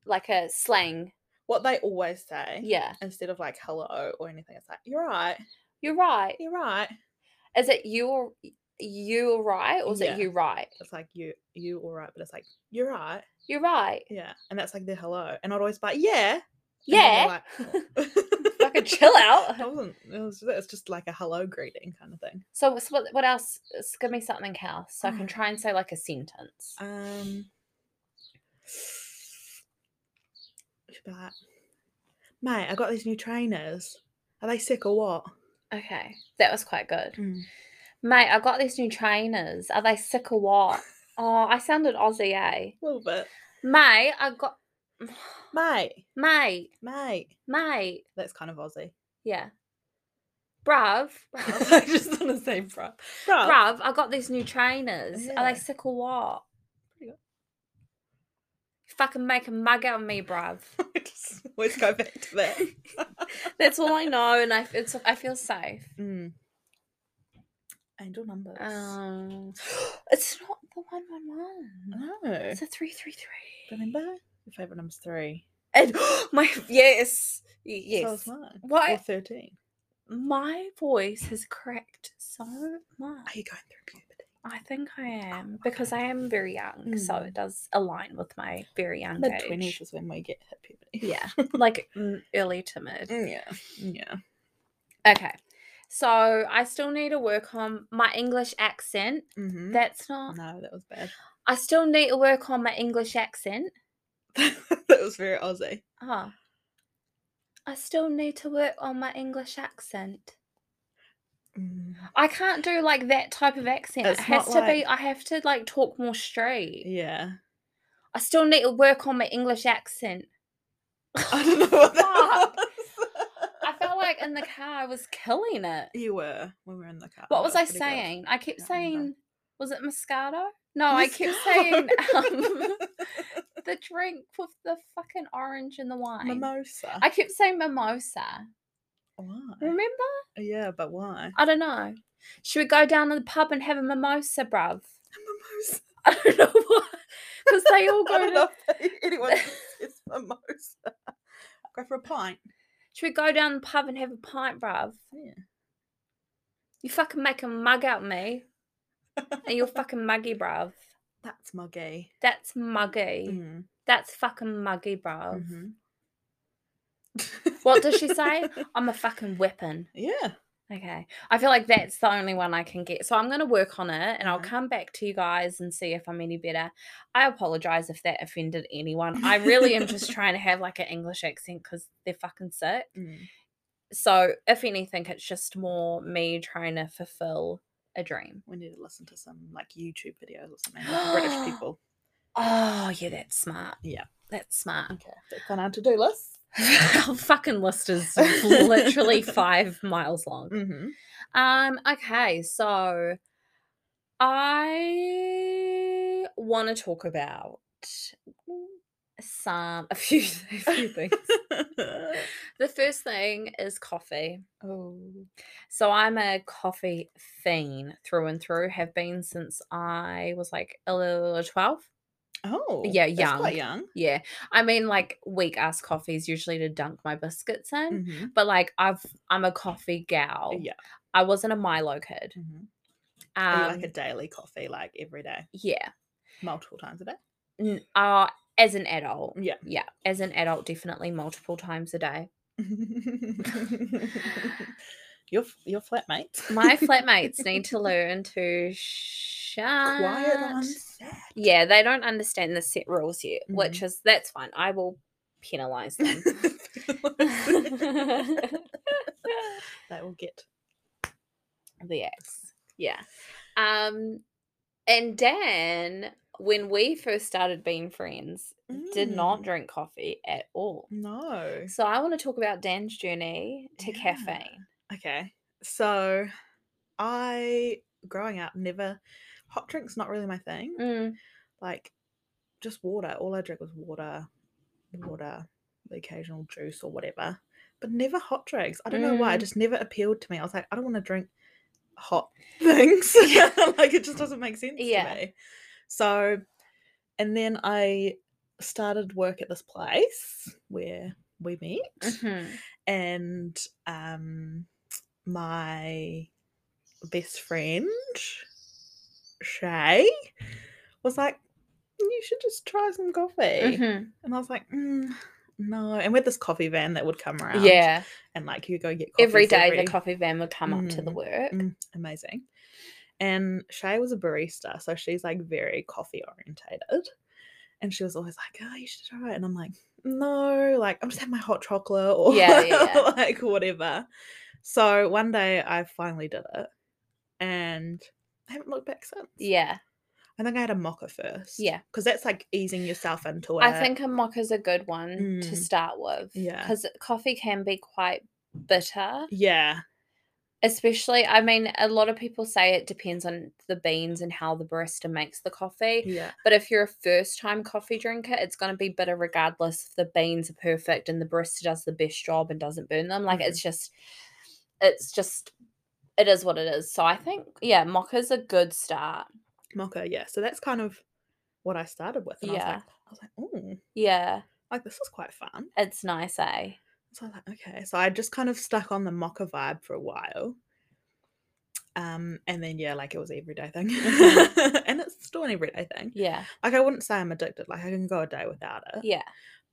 like a slang? What they always say, Yeah. instead of like hello or anything, it's like you're right, You're right. you're right. Is it you or you right or is Yeah. it you right? It's like you, you all right, but it's like you're right, You're right. yeah, and that's like their hello, and I'd always be like yeah, And then Yeah. they're like, "Oh." Fucking chill out. That wasn't. It was, it's just like a hello greeting kind of thing. So, so what what else? s- Give me something else so I can Oh. try and say like a sentence. Um, you should be like, mate, I got these new trainers. Are they sick or what? Okay. That was Mm. quite good. Mate, I got these new trainers. Are they sick or what? Oh, I sounded Aussie, eh? A little bit, Mate, I got mate, mate, mate. mate. That's kind of Aussie. Yeah. Bruv. I just want to say bruv. Bruv. Bruv, I got these new trainers. Are Oh. Yeah. they sick or what? Pretty good. Fucking make a mug out of me, bruv. I just always go back to that. That's all I know, and I f- it's I feel safe. Mm. Angel numbers. Um, it's not the one one one. no. It's a three three three. Remember? Your favourite number's three. And my yes, y- So yes. is mine. Or What 13. my voice has cracked so Are much. you going through puberty? I think I am my because I am very young, so Mm. it does align with my very young Mid age. 20s is when we get hit puberty. Yeah, like mm, early to mid. Yeah. Yeah. Okay, so I still need to work on my English accent. Mm-hmm. That's not. no, that was bad. I still need to work on my English accent. that was very Aussie. Ah. I still need to work on my English accent. Mm. I can't do like that type of accent. It's it has not to like- be I have to like talk more straight. Yeah. I still need to work on my English accent. I don't know what that Fuck. was. I felt like in the car I was killing it. You were when we were in the car. What was I pretty good. saying? I kept Can't remember. saying was it Moscato? No, Oh, I kept saying um, Moscato. the drink with the fucking orange and the wine. Mimosa. I kept saying mimosa. Why? Remember? Yeah, but why? I don't know. Should we go down to the pub and have a mimosa, bruv? Mimosa. I don't know why. Because they all I go don't to. know if anyone says mimosa. Go for a pint. Should we go down the pub and have a pint, bruv? Yeah. You fucking make a mug out me. And you're fucking muggy, bruv. That's muggy. That's muggy. Mm, That's fucking muggy, bruv. mhm. What does she say? I'm a fucking weapon. Yeah. Okay. I feel like that's the only one I can get. So I'm going to work on it and I'll Okay. come back to you guys and see if I'm any better. I apologize if that offended anyone. I really am just trying to have like an English accent because they're fucking sick. Mm. So if anything, it's just more me trying to fulfill a dream. We need to listen to some like YouTube videos or something. Like British people. Oh, yeah, that's smart. Yeah. That's smart. Okay. That's on our to-do list. Our fucking list is literally five miles long. Mm-hmm. Um, okay, so I want to talk about some a few, a few things. The first thing is coffee. oh. So I'm a coffee fiend through and through, have been since I was like 11 or 12. Oh. Yeah, that's young. Quite young. Yeah. I mean, like weak ass coffee is usually to dunk my biscuits in, Mhm. but like I've, I'm a coffee gal. Yeah. I wasn't a Milo kid. mhm. Are you Um, like a daily coffee, like every day, yeah. multiple times a day. N- Uh, as an adult. Yeah. Yeah. As an adult, definitely multiple times a day. your f- your flatmates. My flatmates need to learn to shut quiet on set. Yeah, they don't understand the set rules yet, which Mm-hmm. is that's fine. I will penalize them. they will get. the ex. Yeah. Um and Dan, when we first started being friends, did not Mm, drink coffee at all. No. So I want to talk about Dan's journey to Yeah. caffeine. Okay. So, I growing up never hot drinks not really my thing. Mm, Like just water. All I drank was water, water, the occasional juice or whatever, but never hot drinks. I don't know why. It Mm. just never appealed to me. I was like, I don't want to drink hot things. like it just doesn't make sense Yeah. to me. So, and then I started work at this place where we met mhm. and um my best friend Shay was like you should just try some coffee Mhm. and I was like mm, no and with this coffee van that would come around Yeah. and like you go get coffees Every day the coffee van would come up to the Mm, work. Mm, amazing and Shay was a barista so she's like very coffee orientated and she was always like oh you should try it and I'm like no like I'm just having my hot chocolate or Yeah, yeah, yeah. like whatever so one day I finally did it and I haven't looked back since Yeah. I think I had a mocha first Yeah. because that's like easing yourself into it I think a mocha's a good one to Mm. start with. Yeah. Because coffee can be quite bitter. yeah Especially, I mean, a lot of people say it depends on the beans and how the barista makes the coffee. yeah But if you're a first time coffee drinker, it's going to be bitter regardless if the beans are perfect and the barista does the best job and doesn't burn them. Like, Mhm. it's just, it's just, it is what it is. So I think, yeah, mocha's a good start. mocha yeah so that's kind of what I started with and Yeah. I was like I was like oh Yeah, like this is quite fun it's nice, eh? So I was like, okay. So I just kind of stuck on the mocha vibe for a while. Um, and then yeah, like it was an everyday thing. Mhm. and it's still an everyday thing. Yeah, Like I wouldn't say I'm addicted, like I can go a day without it. yeah.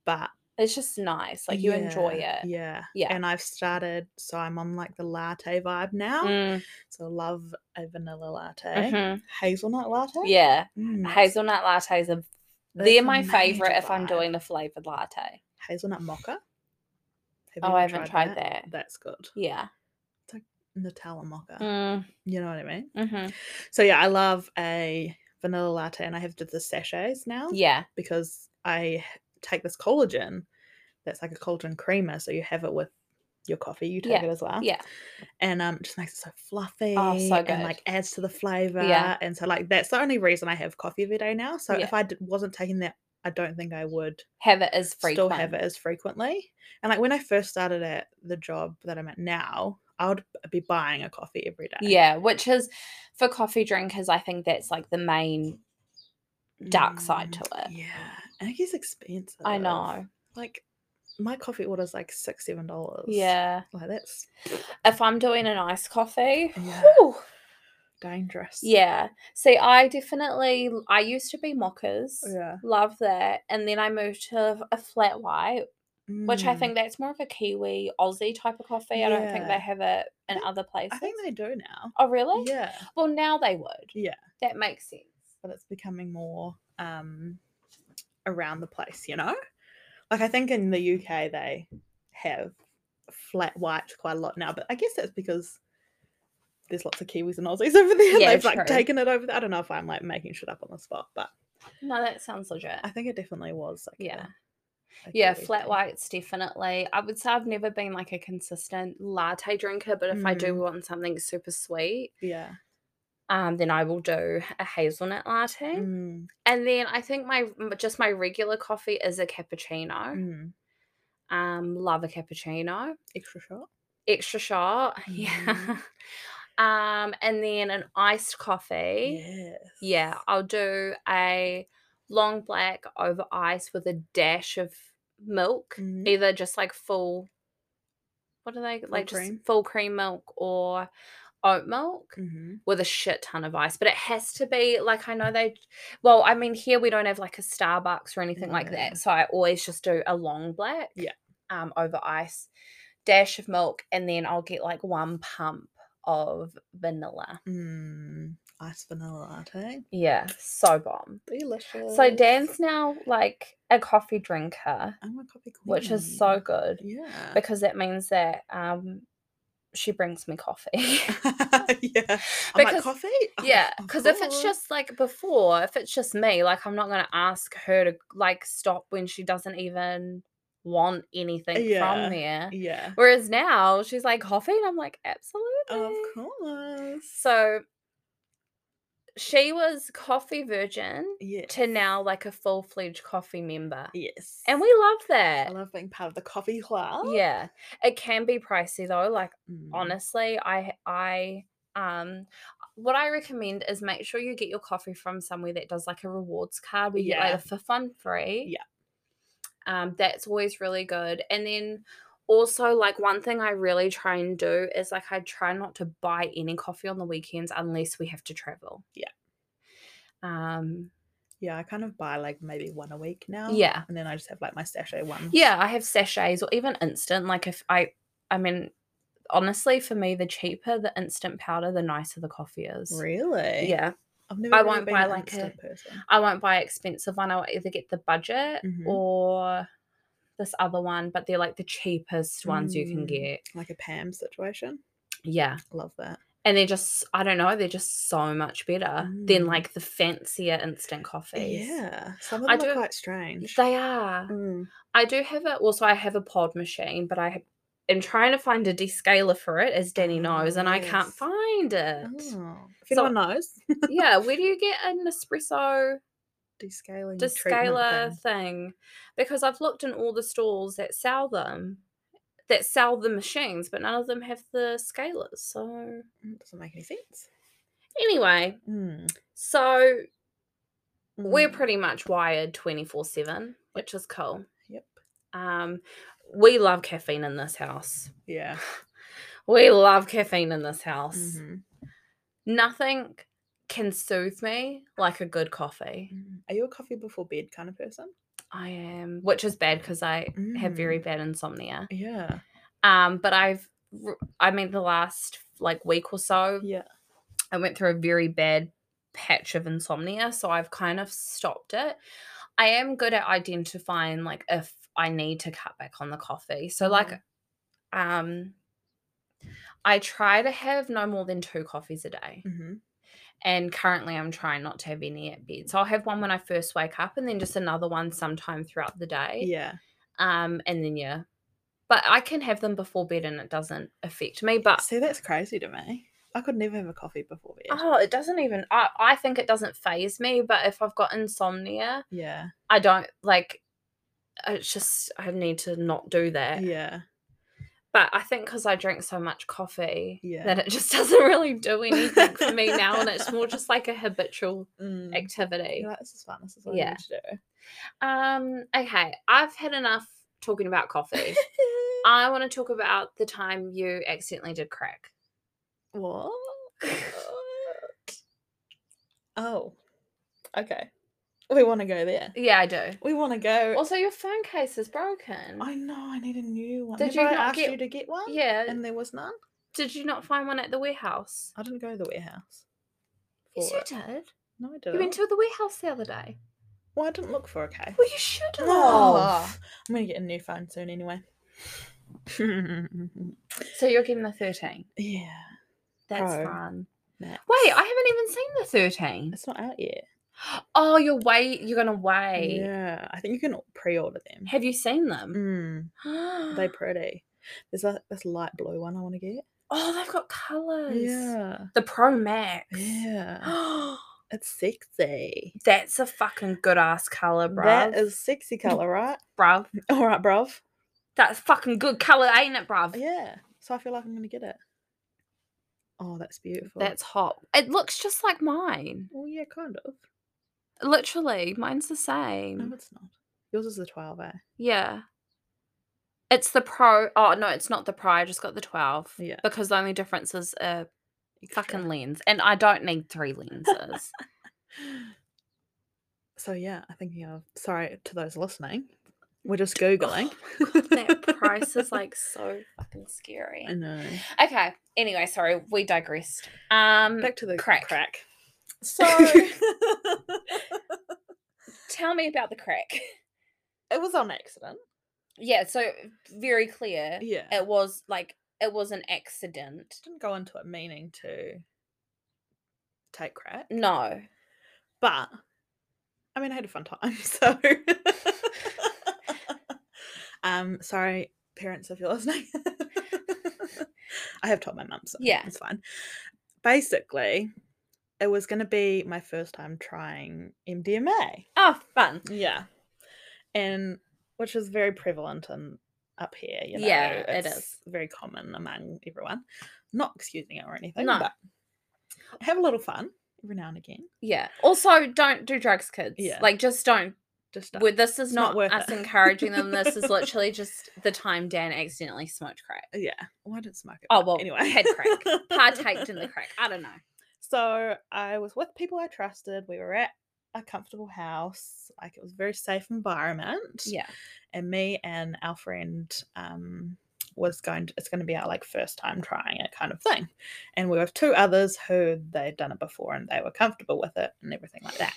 But It's just nice. Like, you enjoy yeah, it. Yeah. Yeah. And I've started so I'm on like the latte vibe now. Mm, So I love a vanilla latte. mhm. Hazelnut latte. Yeah. Mm, that's- Hazelnut lattes are that's they're a my major favorite if I'm vibe. doing the flavored latte. hazelnut mocha. Have Oh, you I ever haven't tried that. That's good. Yeah. Nutella mocha. Mm, You know what Uh, I mean? hmm So yeah, I love a vanilla latte, and I have did the sachets now Yeah. because I h- take this collagen that's like a collagen creamer, so you have it with your coffee. You take Yeah, it as well, Yeah. Oh, and um, it just makes it so fluffy good. and like adds to the flavor. and so like that's the only reason I have coffee every day now. So Yeah. if I d- wasn't taking that, I don't think I would Have it as frequent. still have it eh? as frequently. And like when I first started at the job that I'm at now, I would b- be buying a coffee every day. Yeah, which is for coffee drinkers, I think that's like the main dark Mm, side to it. Yeah, and it gets expensive. Uh, I know. Like my coffee order's like six, seven dollars. Yeah. like that's If I'm doing an iced coffee, Yeah. whew, dangerous. yeah. See, I definitely I used to be mockers. yeah. Love that. And then I moved to a flat white, which I Mm. think that's more of a Kiwi Aussie type of coffee. I don't think Yeah. they have it in think- other places. I think they do now. oh, really? Yeah, Well, now they would. Yeah. That makes sense. but it's becoming more um around the place. You know, like I think in the UK they have flat white quite a lot now, but I guess that's because. There's lots of Kiwis and Aussies over there. Yeah, They've true. like taken it over. there. I don't know if I'm like making shit up on the spot, but No, that sounds legit. I think it definitely was. Like Yeah. a- a Yeah, Kiwi flat thing. whites definitely. I would say I've never been like a consistent latte drinker, but if I do Mm. want something super sweet, Yeah. um, then I will do a hazelnut latte. Mm, And then I think my m- just my regular coffee is a cappuccino. mm. Um, love a cappuccino, Extra shot. extra shot. Yeah. Mhm. um, and then an iced coffee. Yes. Eh? Yeah, I'll do a long black over ice with a dash of milk, Mhm. either just like full, what are they like? cream. Just full cream milk or oat milk Mhm. with a shit ton of ice. But it has to be like I know they. Well, I mean here we don't have like a Starbucks or anything like Yeah. that, so I always just do a long black. Yeah. Um, over ice, dash of milk, and then I'll get like one pump of vanilla. Mm. Ice vanilla latte. Yeah, so bomb. Delicious. So Dan's now like a coffee drinker, I'm a coffee queen. which is so good Yeah. because that means that um she brings me coffee. yeah. I'm like Because- coffee. Oh, yeah, of because if it's course. just like before, if it's just me, like I'm not gonna ask her to like stop when she doesn't even want anything Yeah. from there. yeah. Whereas now she's like coffee, and I'm like absolutely. Of eh. course. So she was coffee virgin Yeah. to now like a full fledged coffee member. Yes. And we love that. I love being part of the coffee club. yeah. It can be pricey though. Like Mm. honestly, I I um what I recommend is make sure you get your coffee from somewhere that does like a rewards card where you get Yeah. like a fifth one free. Yeah. Um, that's always really good. And then also like one thing I really try and do is like I try not to buy any coffee on the weekends unless we have to travel. Yeah. Um Yeah, I kind of buy like maybe one a week now. Yeah. And then I just have like my sachet one. Yeah, I have sachets or even instant. Like if I, I mean, honestly, for me, the cheaper the instant powder, the nicer the coffee is. Really? Yeah, I've never I really won't been buy, an like, a- instant person. I won't buy expensive one. I'll either get the budget Mhm. or this other one, but they're like the cheapest ones you can Mm. get. Like a Pam situation. Yeah, Love that. and they're just I don't know, they're just so much better than Mm. like the fancier instant coffees. Yeah. Some of I them are do- quite strange. They are. Mm. I do have it. Also, I have a pod machine, but I am trying to find a descaler for it, as Danny Ah, knows, and I can't yes. find it. Oh. If So- anyone knows, yeah, where do you get an espresso descaling. treatment descaler thing. thing? Because I've looked in all the stores that sell them, that sell the machines, but none of them have the scalers. So Mm, doesn't make any sense. anyway, Mm. so we're Mm. pretty much wired twenty four seven, which is cool. Yep. Um, we love caffeine in this house. Yeah. We love caffeine in this house. Mhm. Nothing can soothe me like a good coffee. Mm. Are you a coffee before bed kind of person? I am, which is bad because I have very Mm. bad insomnia. Yeah. Um, but I've, r- I mean, the last like week or so, Yeah. I went through a very bad patch of insomnia, so I've kind of stopped it. I am good at identifying like if I need to cut back on the coffee. So like, um, I try to have no more than two coffees a day. hmm and currently I'm trying not to have any at bed. So I'll have one when I first wake up and then just another one sometime throughout the day. Yeah. Um and then yeah. But I can have them before bed and it doesn't affect me. But See, that's crazy to me. I could never have a coffee before bed. oh, it doesn't even I, I think it doesn't phase me, but if I've got insomnia, Yeah. I don't like it's just I need to not do that. Yeah. But I think because I drink so much coffee Yeah. that it just doesn't really do anything for me now. And it's more just like a habitual Mm. activity. You're like, this is fun. This is what I Yeah. need to do. Um, okay, I've had enough talking about coffee. I want to talk about the time you accidentally did crack. what? Oh. Okay. We want to go there. Yeah, I do. We want to go. Also, your phone case is broken. I know. I need a new one. Did Remember you I not asked get- you to get one? yeah. And there was none. did you not find one at the warehouse? I didn't go to the warehouse. Yes, for you it. did. No, I didn't. You went to the warehouse the other day. Well, I didn't look for a case. Well, you should have. Oh, I'm gonna get a new phone soon anyway. So you're getting the 13. yeah, That's Pro. fun. Max. Wait, I haven't even seen the 13. it's not out yet. Oh, you're wait. You're gonna wait. Yeah, I think you can pre-order them. Have you seen them? Mm, they pretty. There's like this light blue one I want to get. Oh, they've got colours. Yeah, The Pro Max. yeah, it's sexy. That's a fucking good ass colour, bruv. That is sexy color, right? bruv. All right, bruv. That's fucking good colour, ain't it, bruv? Yeah. So I feel like I'm gonna get it. Oh, that's beautiful. That's hot. It looks just like mine. well, yeah, kind of. Literally, mine's the No, same. it's not. Yours is the 12, eh? Yeah. It's the pro. Oh no, it's not the pro. I just got the twelve. Yeah. Because the only difference is a Extra. fucking lens, and I don't need three lenses. So yeah, I think you know. Sorry to those listening. We're just googling. Oh, that price is like so fucking scary. I know. Okay. Anyway, sorry, we digressed. Um, Back to the crack. crack. Crack. so tell me about the crack. it was on accident. Yeah. So very clear. Yeah. It was like it was an accident. didn't go into it meaning to take crack, No. but I mean, I had a fun time. So, um, sorry, parents, if you're listening. I have told my mum, so Yeah. it's fine. Basically, it was going to be my first time trying MDMA. Oh, fun. Yeah, and which is very prevalent in up here. You know, Yeah, it it's is. very common among everyone. Not excusing it or anything, No. but have a little fun every now and again. Yeah. Also, don't do drugs, kids. Yeah. Like, just don't. Just uh, we this is It's not not, worth us it. encouraging them. This is literally just the time Dan accidentally smoked crack, yeah. Why didn't smoke it? Oh, but well, anyway, had crack. partaked in the crack. I don't know. So I was with people I trusted. We were at a comfortable house. Like it was a very safe environment. Yeah. and me and our friend um was going to, it's going to be our like first time trying it kind of thing and we were with two others who they'd done it before and they were comfortable with it and everything like that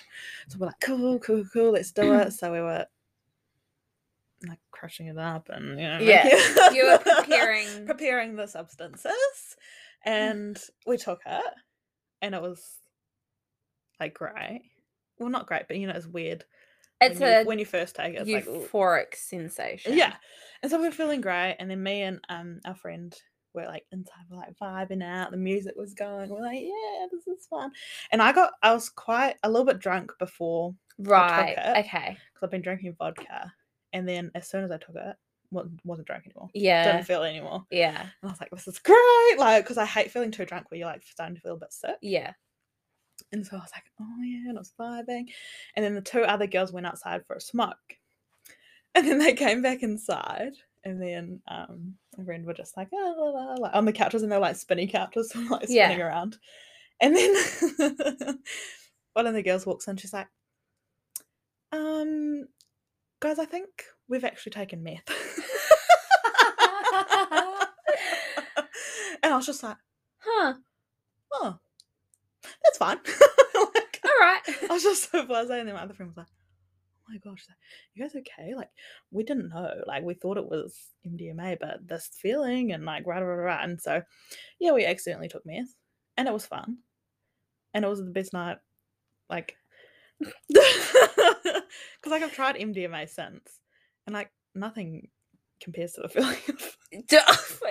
so we're like cool cool cool let's do it so we were like crushing it up and you know Yeah. making- You were preparing. preparing the substances and we took it and it was like great well not great but you know it's weird It's when, you, a when you first take it it's like "Ooh." euphoric sensation. Yeah. And so we were feeling great. And then me and um our friend were like inside, we're like vibing out. The music was going. We're like, yeah, this is fun. And I got, I was quite a little bit drunk before Right. it. Okay. because I've been drinking vodka. And then as soon as I took it, wa- wasn't drunk anymore. Yeah. Didn't feel it anymore. Yeah. And I was like, this is great. Like, because I hate feeling too drunk where you're like starting to feel a bit sick. Yeah. And so I was like, oh yeah, and I was vibing. And then the two other girls went outside for a smoke. And then they came back inside. And then um my friend were just like, "Ah, la, la," like on the couches and they were like spinning couches, so, like Yeah. spinning around. And then one of the girls walks in, she's like, um, guys, I think we've actually taken meth. and I was just like, Huh. oh, that's fine. Like, All right. I was just so blase, and then my other friend was like, "Oh my gosh, she's like, you guys okay? Like, we didn't know. Like, we thought it was MDMA, but this feeling and like rah rah rah." rah. And so, yeah, we accidentally took meth, and it was fun, and it was the best night, like, because like I've tried MDMA since, and like nothing compares to the feeling. of- D-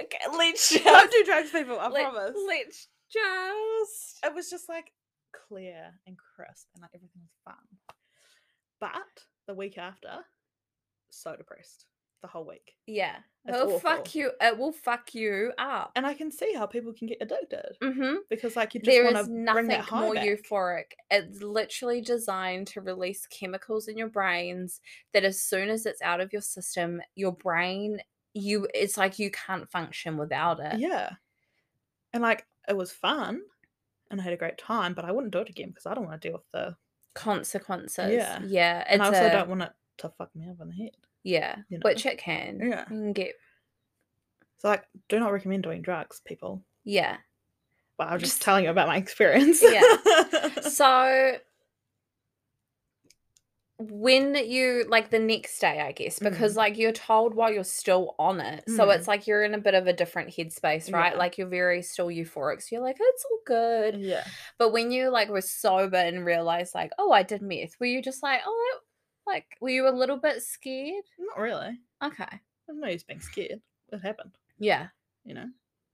okay, Let's Don't just. do drugs, people. I let- promise. Let's just. it was just like clear and crisp and like everything was fun. But the week after, so depressed the whole week. Yeah. It's It'll Oh, fuck awful. you. It will fuck you up. And I can see how people can get addicted Mm-hmm. because like you just There want is to bring nothing that high more back. euphoric. It's literally designed to release chemicals in your brains that as soon as it's out of your system, your brain you it's like you can't function without it. Yeah. And like it was fun and I had a great time, but I wouldn't do it again because I don't want to deal with the Consequences. Yeah. Yeah. It's and I also a- don't want it to fuck me up in the head. yeah. you know. Which it can. Yeah. You can get So like do not recommend doing drugs, people. yeah. But I'm just Just- telling you about my experience. Yeah. so when you like the next day i guess because like you're told while you're still on it so it's like you're in a bit of a different headspace right Yeah. like you're very still euphoric so you're like it's all good yeah. but when you like were sober and realized like oh i did meth were you just like oh that- like were you a little bit scared Not really. okay There's no use being scared. It happened. yeah you know,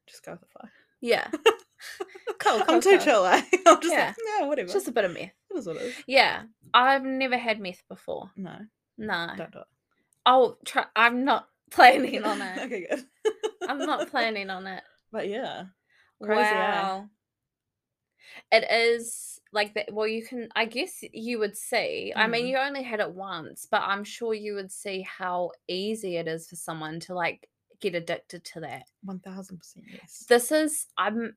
just go with the flow. yeah Cool, cool, I'm too cool. chill. Eh? I'm just Yeah. like, yeah, whatever. just a bit of meth it is what it is. yeah i've never had meth before No, no don't do it. oh try- i'm not planning on it. okay, good. I'm not planning on it. But yeah, Crazy, eh? It is like that. Well, you can, I guess you would see. I mean, Mm. you only had it once, but I'm sure you would see how easy it is for someone to like get addicted to that. one thousand percent yes. This is, I'm,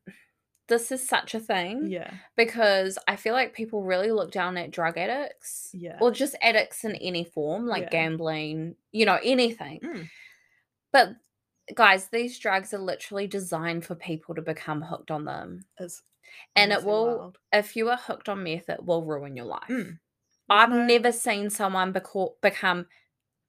this is such a thing Yeah, because I feel like people really look down at drug addicts yeah. or just addicts in any form, like Yeah. gambling, you know, anything. Mm. But guys, these drugs are literally designed for people to become hooked on them. It's and it honestly will- wild. if you are hooked on meth, it will ruin your life. Mm. I've no- never seen someone beco- become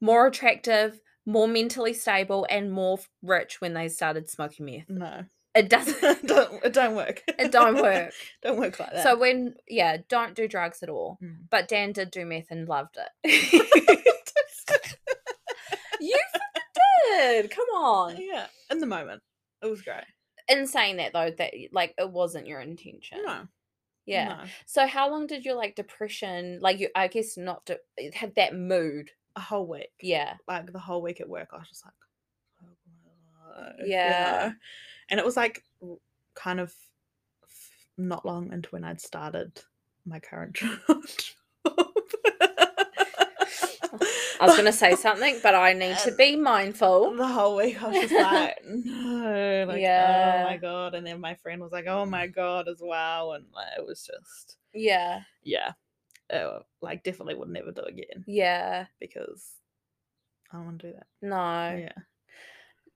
more attractive, more mentally stable, and more f- rich when they started smoking meth. No, It doesn't. don't it don't work. it don't work. don't work like that. So when yeah, don't do drugs at all. Mm. But Dan did do meth and loved it. you fucking did. Come on. yeah, in the moment, it was great. In saying that though, that like it wasn't your intention. No, Yeah. no. So how long did your like depression, like you, I guess not de- had that mood? a whole week. Yeah. like the whole week at work, I was just like, "Oh my life," you Yeah. know? And it was like w- kind of f- not long into when I'd started my current job. I was gonna say something, but I need to be mindful. The whole week I was just like, no, like, Yeah. oh my god. And then my friend was like, oh my god, as well. And like, it was just, Yeah. yeah, uh, like definitely would never do again Yeah. because I don't want to do that. No. Yeah, I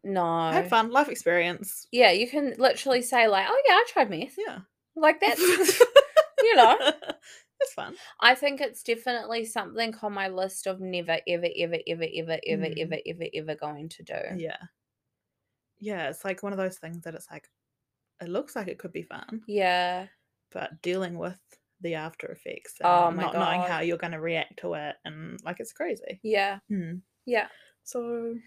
No. had fun, life experience. Yeah, you can literally say like, "Oh yeah, I tried meth." Yeah, Like that's you know. It's fun. I think it's definitely something on my list of never, ever, ever, ever, ever, ever, Mm. ever, ever, ever going to do. Yeah. Yeah, it's like one of those things that it's like, it looks like it could be fun, Yeah. but dealing with the after effects and Oh my not knowing God. how you're going to react to it and like it's crazy. Yeah. Mm. Yeah. So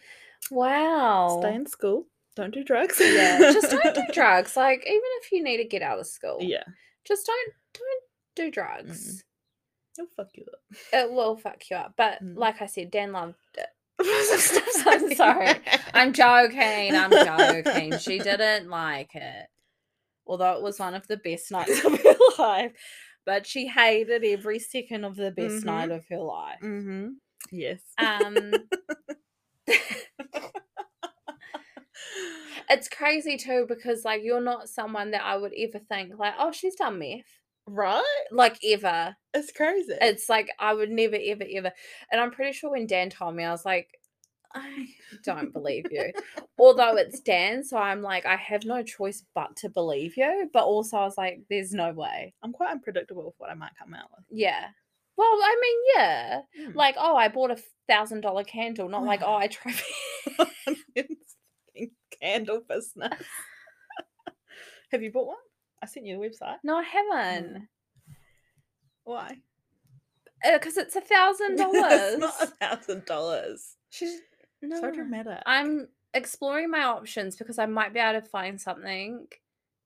Wow. stay in school, don't do drugs. Oh. yeah. Just don't do drugs. Like even if you need to get out of school. Yeah, Just don't don't do drugs. it'll Oh, fuck you up. It will fuck you up. But Mm. like I said, Dan loved it. I'm I'm sorry. I'm joking. I'm joking. She didn't like it. Although it was one of the best nights of her life. But she hated every second of the best Mhm. night of her life. Mm-hmm. Yes. Um it's crazy too because like you're not someone that I would ever think like, oh she's done meth. right? Like ever. It's crazy. It's like I would never, ever, ever. And I'm pretty sure when Dan told me, I was like, I don't believe you. Although it's Dan, so I'm like, I have no choice but to believe you. But also, I was like, there's no way. I'm quite unpredictable with what I might come out with. Yeah. Well, I mean, yeah. Mm. Like, oh, I bought a thousand dollar candle, not like, oh, I tried. It's fucking candle business. Have you bought one? I sent you the website. no, I Mm. haven't. Why? Because Uh, it's a thousand it's dollars. not a thousand dollars. She's no. So dramatic. I'm exploring my options because I might be able to find something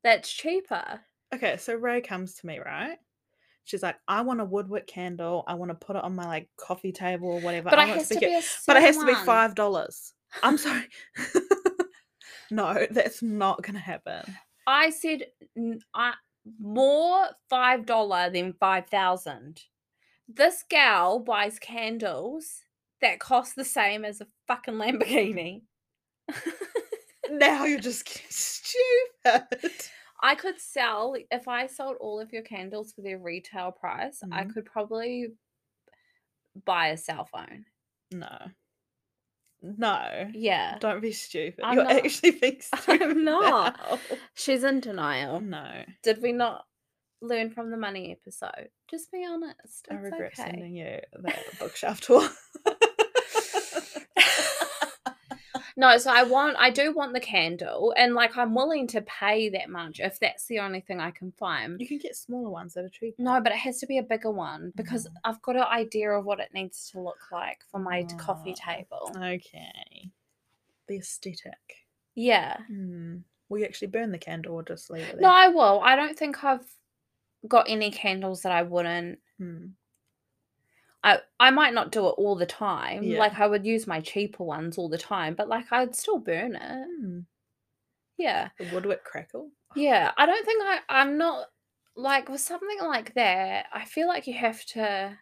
that's cheaper. Okay, so Ray comes to me, right? She's like, I want a woodwick candle. I want to put it on my like coffee table or whatever. But, I it want has to be be cute." a But it has to certain be one. five dollars. I'm sorry. no, that's not gonna happen. I said n- I, more five dollar than five thousand. This gal buys candles that cost the same as a fucking Lamborghini. Now you're just getting stupid. I could sell if I sold all of your candles for their retail price. I Mhm. could probably buy a cell phone. No. No. Yeah, Don't be stupid. I'm You're not. actually being stupid. not. now. Oh, she's in denial. No. Did we not learn from the money episode? Just be honest. It's I regret okay. sending you that bookshelf tour. No, so I want I do want the candle and like I'm willing to pay that much if that's the only thing I can find. you can get smaller ones that are cheaper. No, but it has to be a bigger one because Mm. I've got an idea of what it needs to look like for my t- coffee Ah. table. Okay. The aesthetic. Yeah. Hmm. Will you actually burn the candle or just leave it No, there? I will. I don't think I've got any candles that I wouldn't. Hmm. I I might not do it all the time. Yeah. Like I would use my cheaper ones all the time, but like I'd still burn it. Mm, Yeah. the woodwick crackle. Yeah. I don't think I I'm not like with something like that, I feel like you have to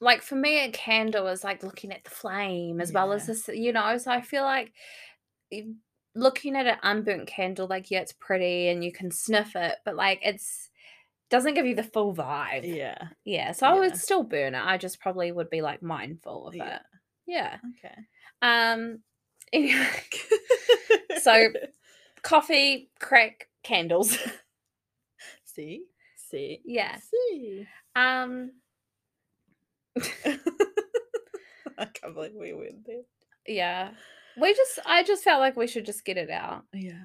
like for me a candle is like looking at the flame as well as Yeah. this you know, so I feel like y- looking at an unburnt candle, like yeah, it's pretty and you can sniff it, but like it's doesn't give you the full vibe. Yeah. Yeah, so I Yeah. would still burn it. I just probably would be like mindful of Yeah. it. Yeah. Okay. Um anyway, So- coffee, crack, candles. see, see, yeah. see. Um I can't believe we went there. yeah. We just I just felt like we should just get it out. Yeah,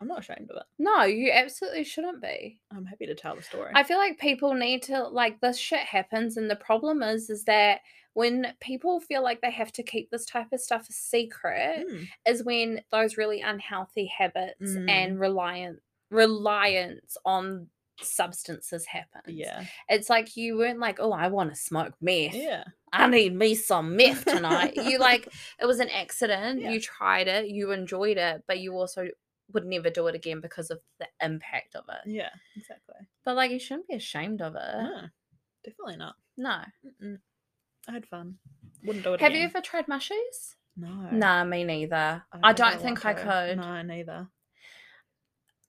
I'm not ashamed of it. No, you absolutely shouldn't be. I'm happy to tell the story. I feel like people need to like this shit happens and the problem is is that when people feel like they have to keep this type of stuff a secret, Mm, is when those really unhealthy habits Mm. and reliant reliance on substances happens. yeah, It's like you weren't like, oh, I want to smoke meth. yeah, I need me some meth tonight. you like it was an accident. Yeah. You tried it, you enjoyed it, but you also would never do it again because of the impact of it. yeah, exactly. But like you shouldn't be ashamed of it. No, definitely not. No. Mm-mm. I had fun. Wouldn't do it Have you again. ever tried mushies? No. Nah, me neither. I, don't think I want to. could. No, neither.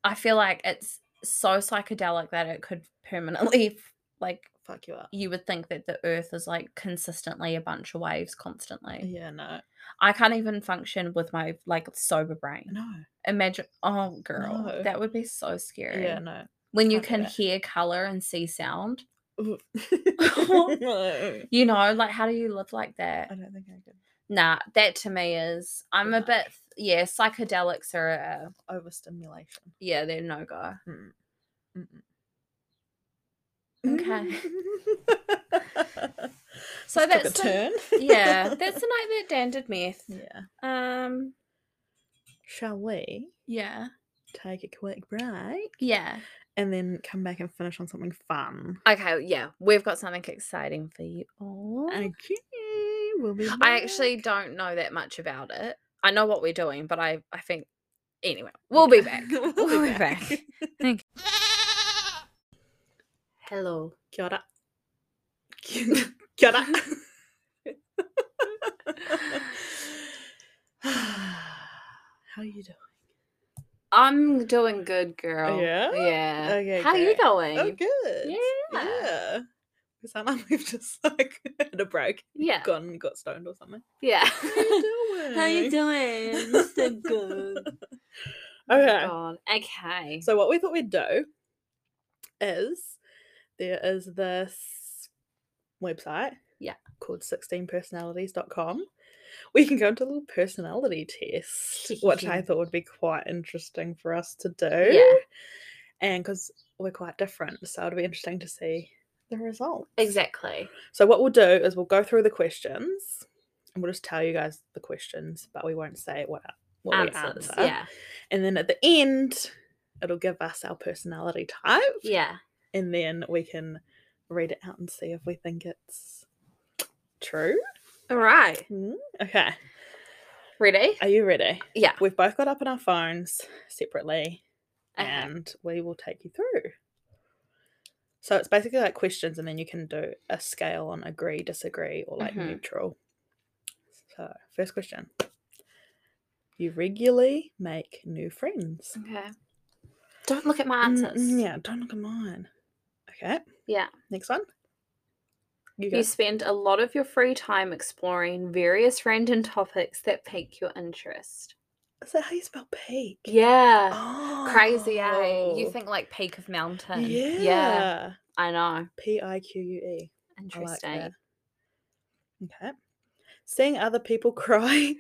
I feel like it's so psychedelic that it could permanently, like, Fuck you up. you would think that the earth is like consistently a bunch of waves constantly. Yeah, no, I can't even function with my like sober brain. no. Imagine, oh, girl, No. that would be so scary. Yeah, no. when you can't do can that. hear color and see sound, Ooh. No. you know, like, how do you live like that? I don't think I could. Nah, that to me is, I'm a much. bit, yeah, psychedelics are, uh, Overstimulation. yeah, they're no go. Mm-mm. Okay. So so that's that's took a the- turn. yeah, that's the night that Dan did meth. yeah. Um, Shall we yeah, take a quick break yeah. and then come back and finish on something fun? Okay, yeah, we've got something exciting for you all. Okay, we'll be. I back. actually don't know that much about it. I know what we're doing, but I, I think anyway, we'll be back. We'll be back. Hello. Kia ora. Kia ora. How you doing? I'm doing good, girl. Yeah? Yeah. Okay, How you great. doing? Oh, good. Yeah. Yeah. We sound like we've just like had a break, Yeah. gone, and got stoned or something. Yeah. How you doing? How you doing? So good. Oh my Okay. God. Okay. So what we thought we'd do is there is this website. Yeah. Called 16personalities.com. We can go into a little personality test, which I thought would be quite interesting for us to do. Yeah. And because we're quite different, so it'll be interesting to see the result. Exactly. So what we'll do is we'll go through the questions and we'll just tell you guys the questions, but we won't say what, what Answers. we answer. Yeah. And then at the end, it'll give us our personality type. Yeah. And then we can read it out and see if we think it's true. All right. Mm, Okay. Ready? Are you ready? Yeah. We've both got up on our phones separately Okay. and we will take you through. So it's basically like questions, and then you can do a scale on agree, disagree, or like Mhm. neutral. So, first question You regularly make new friends. Okay. Don't look at my Mm, answers. mm, yeah, don't look at mine. Okay. Yeah. Next one. You go. You spend a lot of your free time exploring various random topics that pique your interest. Is that how you spell peak? Yeah. Oh. Crazy, eh? You think like peak of mountain. Yeah. I know. P I Q U E. I like Interesting. that. Okay. Seeing other people cry.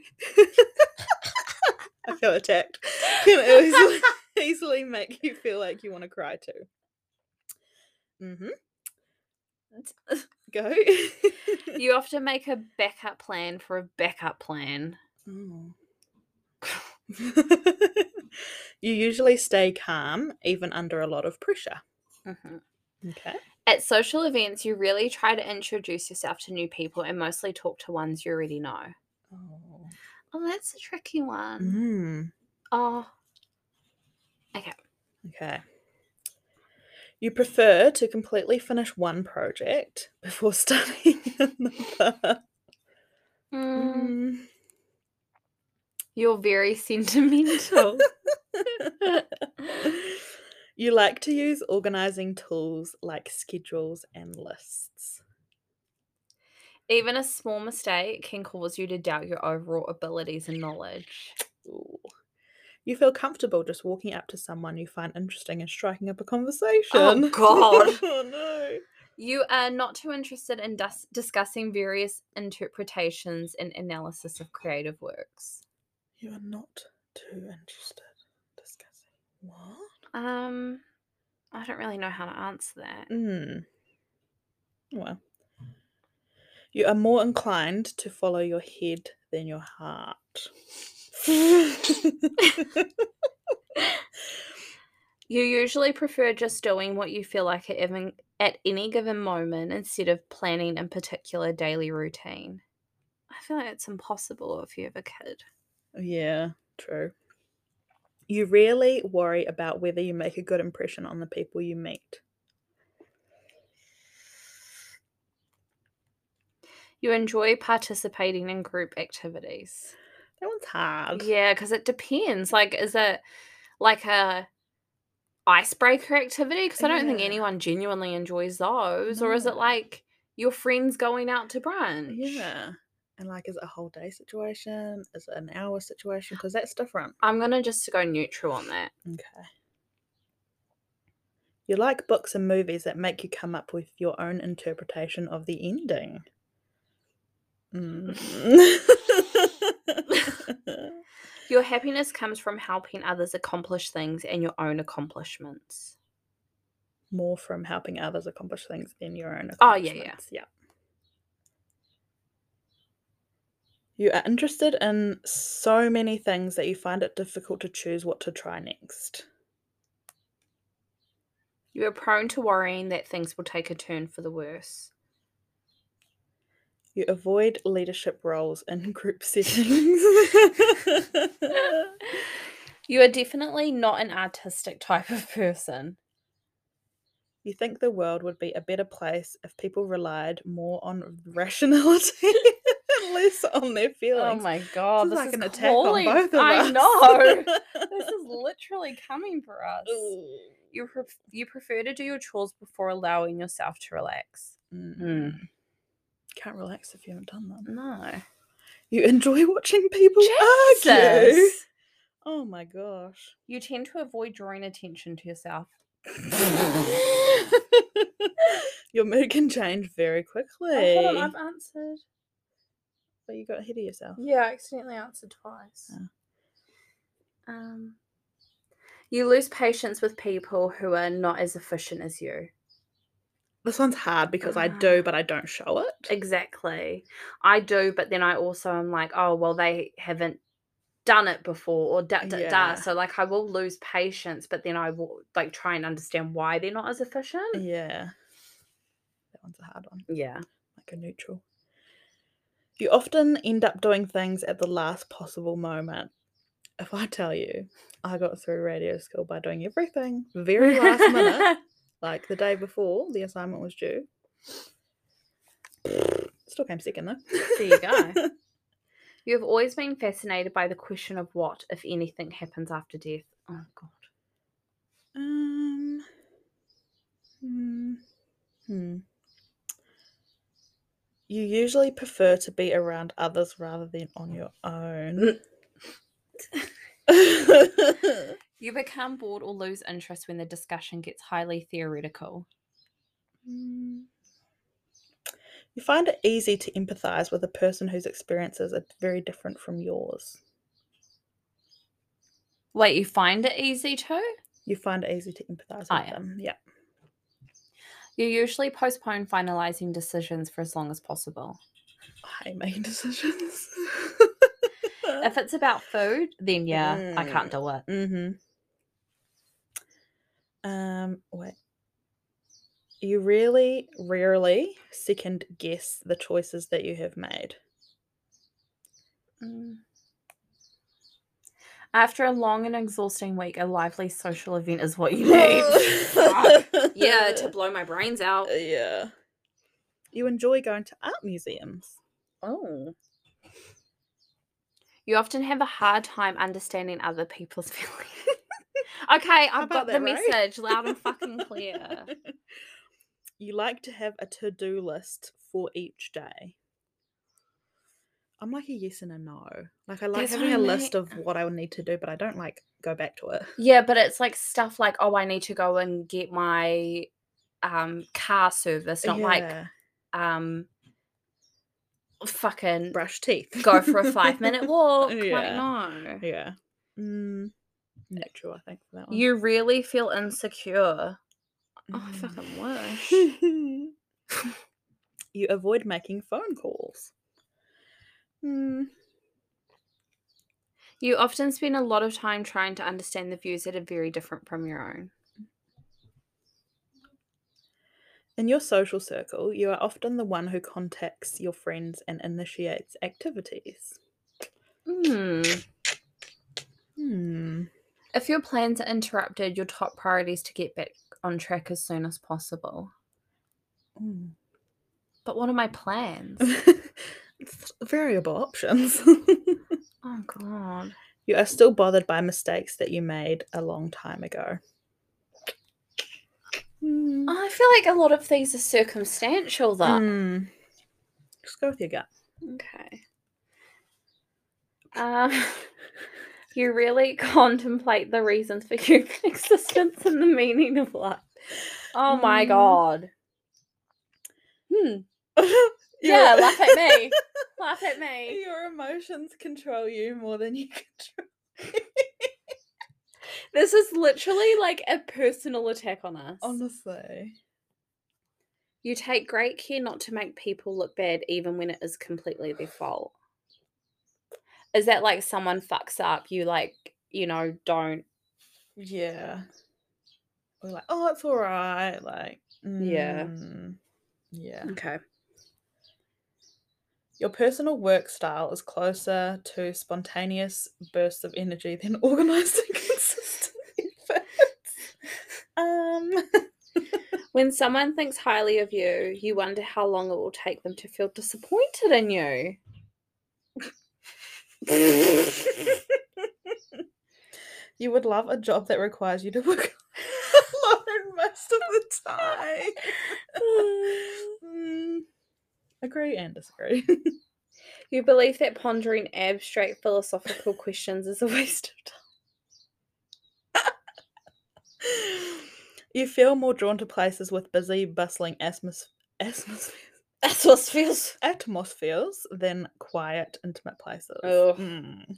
I feel attacked. Can easily, easily make you feel like you want to cry too. Mm-hmm. Go. you often make a backup plan for a backup plan. Oh. you usually stay calm even under a lot of pressure. Mhm. Okay. At social events, you really try to introduce yourself to new people and mostly talk to ones you already know. Oh. Oh, that's a tricky one. Mm. Oh, Okay. You prefer to completely finish one project before starting another. mm, Mm. you're very sentimental. you like to use organizing tools like schedules and lists. Even a small mistake can cause you to doubt your overall abilities and knowledge. Ooh. You feel comfortable just walking up to someone you find interesting and striking up a conversation. God. oh no. You are not too interested in dis- discussing various interpretations and analysis of creative works. You are not too interested in discussing what? Um, I don't really know how to answer that. Mm. Well. You are more inclined to follow your head than your heart. You usually prefer just doing what you feel like at, even, at any given moment instead of planning in particular daily routine. I feel like it's impossible if you have a kid. yeah, true. You rarely worry about whether you make a good impression on the people you meet. You enjoy participating in group activities. That one's hard. Yeah, because it depends. Like, is it like a icebreaker activity? Because I don't think Yeah. anyone genuinely enjoys those. Or is it No. like your friends going out to brunch? Yeah. And like, is it a whole day situation? Is it an hour situation? Because that's different. I'm gonna just go neutral on that. Okay. You like books and movies that make you come up with your own interpretation of the ending. Mm. Your happiness comes from helping others accomplish things and your own accomplishments. More from helping others accomplish things than your own. Oh, yeah, yeah. accomplishments, yeah. You are interested in so many things that you find it difficult to choose what to try next. You are prone to worrying that things will take a turn for the worse. You avoid leadership roles in group settings. You are definitely not an artistic type of person. you think the world would be a better place if people relied more on rationality and less on their feelings. Oh my god, this, is like an attack on both of I us. know. this is literally coming for us. Ooh. You pref- you prefer to do your chores before allowing yourself to relax. Mm. Can't relax if you haven't done them. No. You enjoy watching people argue. Jesus. Oh my gosh. You tend to avoid drawing attention to yourself. Your mood can change very quickly. Oh, hold on, I've answered. but you got ahead of yourself. Yeah, I accidentally answered twice. Oh. Um, you lose patience with people who are not as efficient as you. This one's hard because I Ah. do, but I don't show it. Exactly. I do, but then I also am like, oh, well, they haven't done it before or da da Yeah. da. So, like, I will lose patience, but then I will, like, try and understand why they're not as efficient. Yeah. That one's a hard one. Yeah. Like a neutral. You often end up doing things at the last possible moment. If I tell you, I got through radio school by doing everything very last minute, like the day before the assignment was due. Still came second though. there you go. You have always been fascinated by the question of what, if anything, happens after death. Oh, God. Um. Hmm. Hmm. You usually prefer to be around others rather than on your own. Hmm. You become bored or lose interest when the discussion gets highly theoretical. you find it easy to empathize with a person whose experiences are very different from yours. Wait, you find it easy to? You find it easy to empathize with Oh, yeah. them. Yeah. You usually postpone finalizing decisions for as long as possible. I hate making decisions. If it's about food, then yeah, I can't do it. Mm-hmm. Um, wait. you really rarely second guess the choices that you have made. Mm. After a long and exhausting week, a lively social event is what you need. Fuck. yeah, to blow my brains out. yeah. You enjoy going to art museums. Oh. You often have a hard time understanding other people's feelings. okay, I've about got the that, right? message loud and fucking clear. You like to have a to do list for each day. I'm like a yes and a no. Like I like That's what having I a list mean. of what I would need to do, but I don't like go back to it. yeah, but it's like stuff like, oh, I need to go and get my um car service, not like Yeah. um fucking brush teeth. go for a five minute walk. Yeah. Like, no. Yeah. Mm, natural, I think, for that one. You really feel insecure. Oh, I Mm. fucking wish. you avoid making phone calls. Mm, You often spend a lot of time trying to understand the views that are very different from your own. In your social circle, you are often the one who contacts your friends and initiates activities. Hmm. Hmm. If your plans are interrupted, your top priority is to get back on track as soon as possible. Mm. But what are my plans? It's Variable options. oh god. you are still bothered by mistakes that you made a long time ago. Mm. I feel like a lot of these are circumstantial though. Mm. Just go with your gut. Okay. Um, you really contemplate the reasons for human existence and the meaning of life. Oh my Mm. god. Hmm. Yeah, Your- laugh at me. laugh at me. Your emotions control you more than you control. This is literally like a personal attack on us. Honestly. You take great care not to make people look bad, even when it is completely their fault. Is that like someone fucks up? You like, you know, don't. Yeah. We're like, oh, it's all right. Like, Yeah. mm, Yeah. Okay. Your personal work style is closer to spontaneous bursts of energy than organized and consistent efforts. Um, When someone thinks highly of you, you wonder how long it will take them to feel disappointed in you. you would love a job that requires you to work alone most of the time. Mm, agree and disagree. You believe that pondering abstract philosophical questions is a waste of time. you feel more drawn to places with busy, bustling atmos- atmos- That's what feels. atmospheres than quiet, intimate places. Ugh. Mm.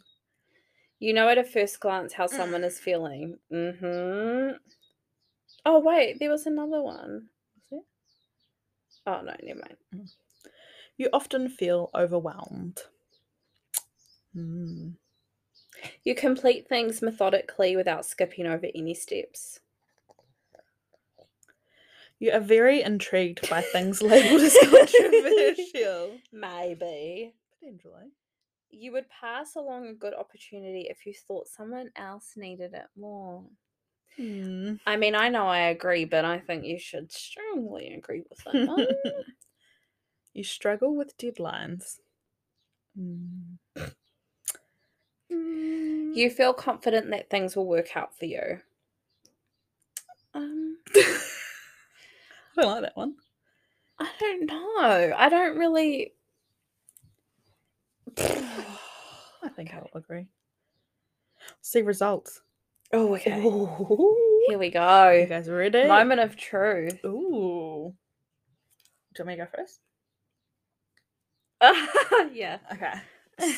You know at a first glance how someone is feeling. Mm-hmm. Oh wait, there was another one. Was there? Oh no, never mind. You often feel overwhelmed. Mm. You complete things methodically without skipping over any steps. You are very intrigued by things labeled as controversial. Maybe. Potentially. You would pass along a good opportunity if you thought someone else needed it more. Mm. I mean, I know I agree, but I think you should strongly agree with that oh. one. you struggle with deadlines. Mm. Mm. you feel confident that things will work out for you. Um, I don't like that one. I don't know. I don't really. I think I'll agree. See results. Oh, okay. Ooh. Here we You go. guys ready? Moment of truth. Ooh. Do you want me to go first? yeah. Okay.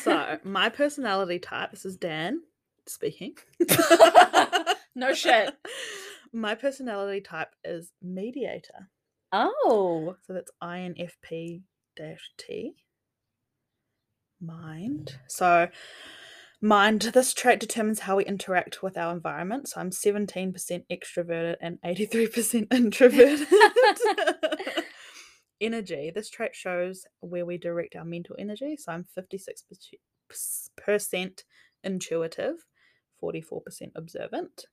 So my personality type. This is Dan speaking. Oh, no shit. My personality type is mediator. Oh. So that's INFP dash T. Mind. So Mind, this trait determines how we interact with our environment. So I'm 17% extroverted and 83% introverted. energy, this trait shows where we direct our mental energy. So I'm 56% intuitive, 44% observant.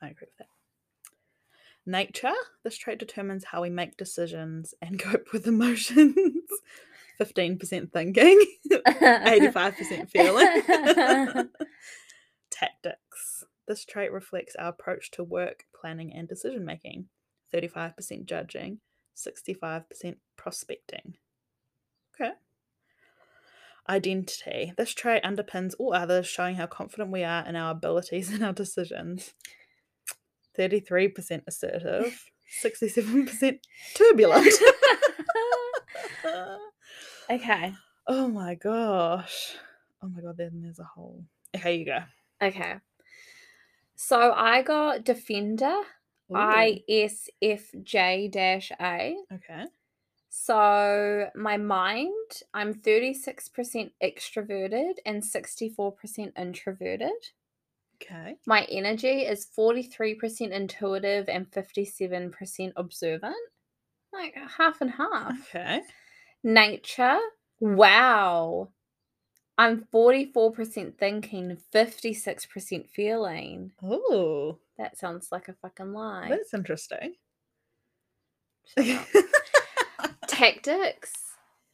I agree with that. Nature, this trait determines how we make decisions and cope with emotions. 15% thinking, 85% feeling. Tactics. This trait reflects our approach to work, planning, and decision making. 35% judging, 65% prospecting. Okay. Identity. This trait underpins all others, showing how confident we are in our abilities and our decisions. 33% assertive, 67% turbulent. Okay. Oh my gosh. Oh my god, then there's a whole. Okay, you go. Okay. So I got Defender Ooh, ISFJ A. Okay. So my mind, I'm 36% extroverted and 64% introverted. Okay. My energy is 43% intuitive and 57% observant. Like half and half. Okay. Nature. Wow. I'm 44% thinking, 56% feeling. Oh, That sounds like a fucking lie. that's interesting. Shut up. Tactics.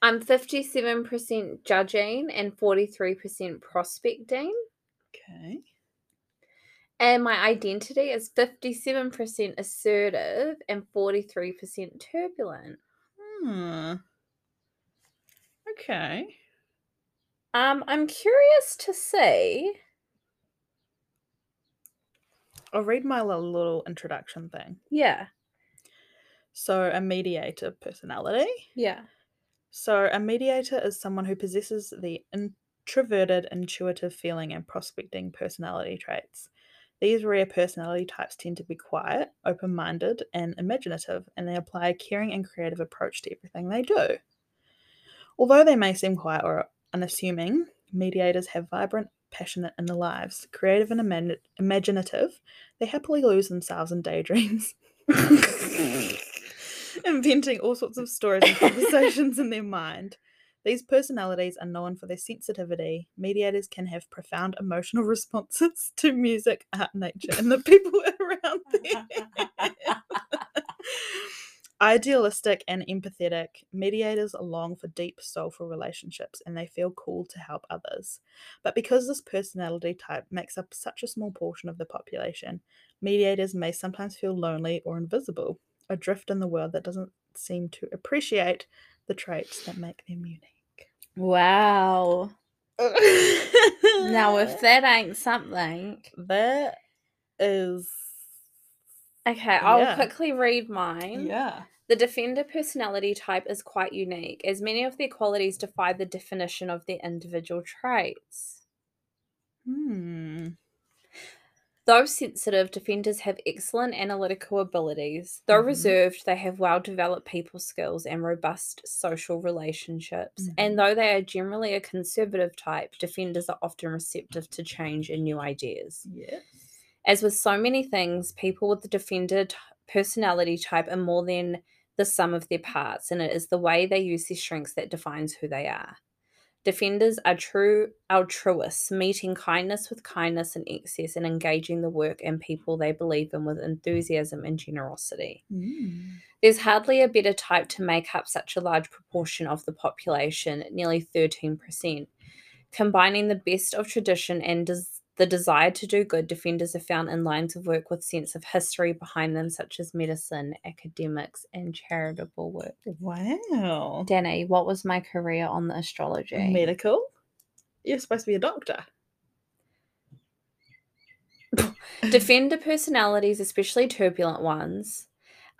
I'm 57% judging and 43% prospecting. okay. And my identity is 57% assertive and 43% turbulent. Hmm. Okay. Um, I'm curious to see. I'll read my li- little introduction thing. Yeah, So, a mediator personality. yeah. So, a mediator is someone who possesses the introverted, intuitive feeling and prospecting personality traits. These rare personality types tend to be quiet, open minded, and imaginative, and they apply a caring and creative approach to everything they do. Although they may seem quiet or unassuming, mediators have vibrant, passionate inner lives. Creative and imagin- imaginative, they happily lose themselves in daydreams. Inventing all sorts of stories and conversations in their mind. These personalities are known for their sensitivity. Mediators can have profound emotional responses to music, art, nature, and the people around Uh-huh. them. Idealistic and empathetic, mediators long for deep, soulful relationships and they feel called to help others. But because this personality type makes up such a small portion of the population, mediators may sometimes feel lonely or invisible, adrift in the world that doesn't seem to appreciate the traits that make them unique. Wow. Now, if that that ain't something. that is Okay, I'll Oh, Yeah. quickly read mine. yeah, The defender personality type is quite unique, as many of their qualities defy the definition of their individual traits. hmm, Though sensitive, defenders have excellent analytical abilities. Though Mhm. reserved, they have well developed people skills and robust social relationships. Mhm. And though they are generally a conservative type, defenders are often receptive to change and new ideas. yes, As with so many things, people with the defender t- personality type are more than the sum of their parts, and it is the way they use their strengths that defines who they are. Defenders are true altruists, meeting kindness with kindness and excess, and engaging the work and people they believe in with enthusiasm and generosity. Hmm. There's hardly a better type to make up such a large proportion of the population, nearly 13%. Combining the best of tradition and des- the desire to do good, defenders are found in lines of work with sense of history behind them, such as medicine, academics, and charitable work. wow, Danny, what was my career on the astrology? medical. You're supposed to be a doctor. Defender personalities, especially turbulent ones,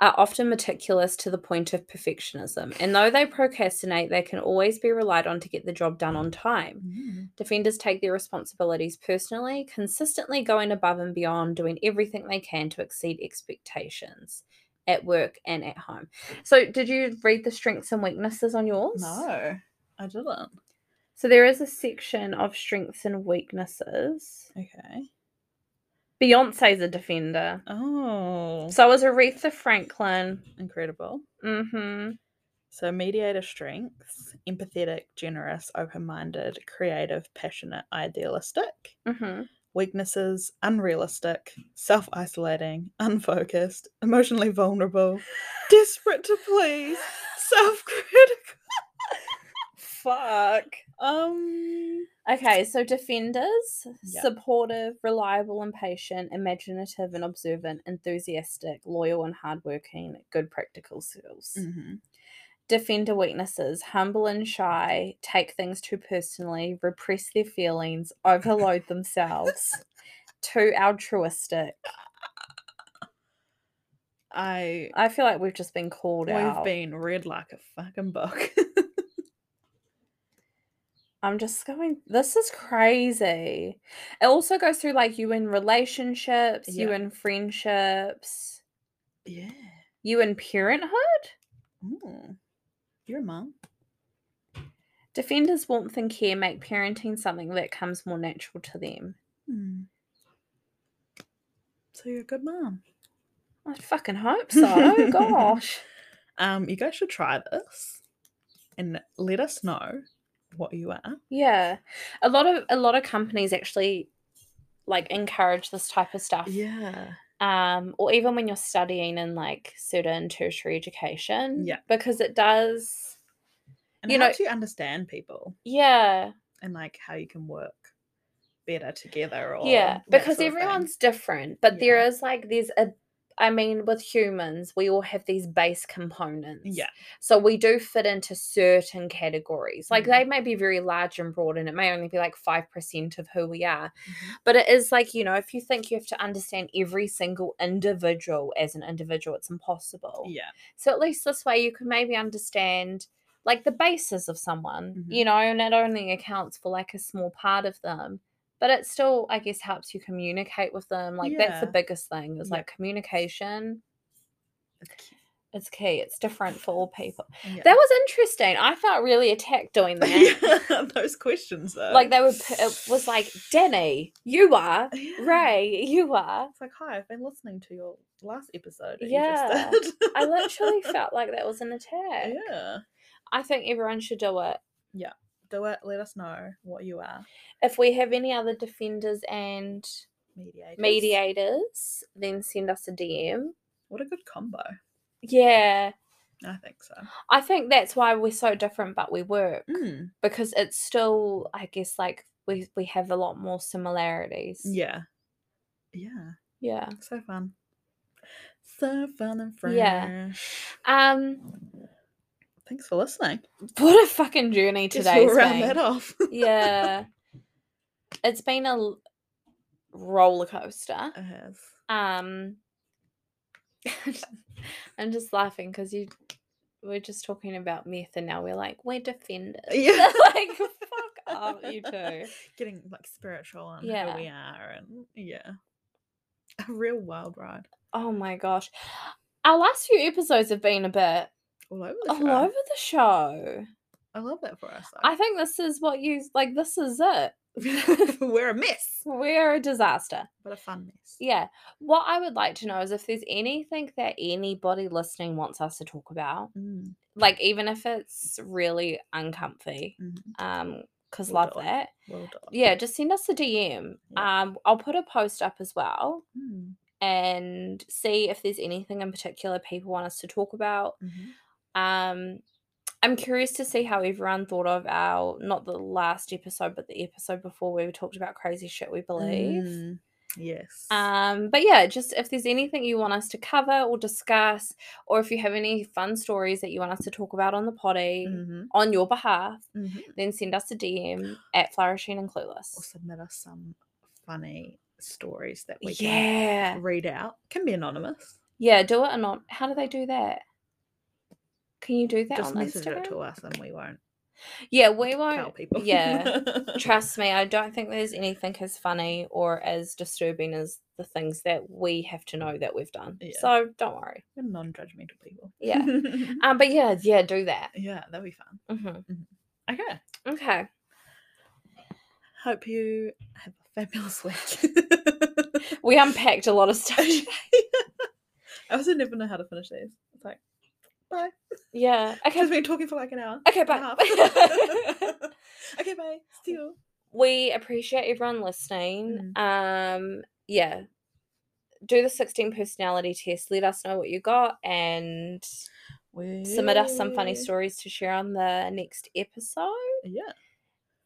are often meticulous to the point of perfectionism, and though they procrastinate, they can always be relied on to get the job done on time. Mm. Defenders take their responsibilities personally, consistently going above and beyond, doing everything they can to exceed expectations at work and at home. So, did you read the strengths and weaknesses on yours? No, I didn't. So there is a section of strengths and weaknesses. Okay. Beyonce's a defender. Oh, So is Aretha Franklin. incredible. Mm-hmm. So, mediator strengths empathetic, generous, open minded, creative, passionate, idealistic. Mm-hmm. Weaknesses unrealistic, self isolating, unfocused, emotionally vulnerable, desperate to please, self critical. Uh, Fuck. Um, Okay, so defenders, Yeah. supportive, reliable and patient, imaginative and observant, enthusiastic, loyal and hardworking, good practical skills. mhm. Defender weaknesses, humble and shy, take things too personally, repress their feelings, overload themselves, too altruistic. I I feel like we've just been called we've out. been read like a fucking book. I'm just going, this is crazy. It also goes through like you in relationships, you Yeah. in friendships, yeah. you in parenthood. Ooh. You're a mum. Defenders' warmth and care make parenting something that comes more natural to them. Hmm. So you're a good mum. I fucking hope so. Gosh. Um, you guys should try this and let us know what you are. Yeah. A lot of a lot of companies actually like encourage this type of stuff. Yeah. Um, or even when you're studying in like certain tertiary education. Yeah. Because it does And You it know- helps you understand people yeah. and like how you can work better together or yeah. that Because sort of thing. everyone's different. But there is like there's a I mean, with humans, we all have these base components. Yeah. So we do fit into certain categories. Like Mm. they may be very large and broad, and it may only be like 5% of who we are. Mm-hmm. But it is like, you know, if you think you have to understand every single individual as an individual, it's impossible. Yeah. So at least this way you can maybe understand like the basis of someone, Mhm. you know, and it only accounts for like a small part of them. But it still, I guess, helps you communicate with them. Like that's the Yeah. biggest thing is Yeah. like communication. It's cute. It's key. It's different for all people. Yeah. That was interesting. I felt really attacked doing that. Yeah, Those questions though. Like they were, p- it was like Denny, you are Yeah. Ray, you are. It's like, hi, I've been listening to your last episode. that Yeah. You just did." I literally felt like that was an attack. yeah. I think everyone should do it. Do it. Let us know what you are. If we have any other defenders and Mediators. mediators, then send us a DM. What a good combo. Yeah, I think so. I think that's why we're so different, but we work Mm. because it's still, I guess, like we we have a lot more similarities. Yeah. Yeah. yeah. So fun. So fun and fresh. Yeah. Um, Thanks for listening. what a fucking journey Guess today's we'll round been. that off. yeah. It's been a l- roller coaster. It has. Um I'm just laughing because you we're just talking about myth and now we're like, we're defenders. Yeah. like fuck off you two. Getting like spiritual on Yeah. who we are and yeah. A real wild ride. Oh my gosh. Our last few episodes have been a bit All over the all show. over the show. I love that for us. I think this is what you like this is it. though. We're a mess. We're a disaster. But a fun mess. Yeah. What I would like to know is if there's anything that anybody listening wants us to talk about, Mm, like even if it's really uncomfy, mhm. um, because We'll love do it. that. Well done. Yeah, just send us a DM. Yeah. Um, I'll put a post up as well Mm, and see if there's anything in particular people want us to talk about. mhm. Um, I'm curious to see how everyone thought of our not the last episode, but the episode before where we talked about crazy shit we believe. Mm, Yes. Um, but yeah, just if there's anything you want us to cover or discuss, or if you have any fun stories that you want us to talk about on the potty Mhm, on your behalf, mhm. then send us a DM at Flourishing and Clueless. or submit us some funny stories that we can Yeah, read out. Can be anonymous. yeah, do it or not. How do they do that? Can you do that Just on message Instagram? it to us and we won't yeah, we tell won't. people. yeah. Trust me, I don't think there's anything as funny or as disturbing as the things that we have to know that we've done. Yeah. So don't worry. We're non-judgmental people. Yeah. Um, but yeah, yeah, do that. yeah, that'd be fun. hmm Okay. Okay. Hope you have a fabulous week. We unpacked a lot of stuff. today. I also never know how to finish these. It's like, bye. yeah. Because Okay. we've been talking for like an hour. Okay, and a bye. half. okay, bye. See you. we appreciate everyone listening. Um, yeah. Do the 16 personality test. Let us know what you got and submit us some funny Wee. stories to share on the next episode. Yeah.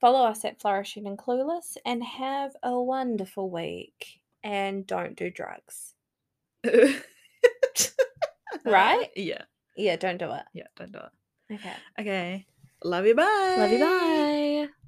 Follow us at Flourishing and Clueless and have a wonderful week. And don't do drugs. Right? Yeah. Yeah, don't do it. Yeah. Don't do it. Okay. Okay. Love you. Bye. Love you. Bye.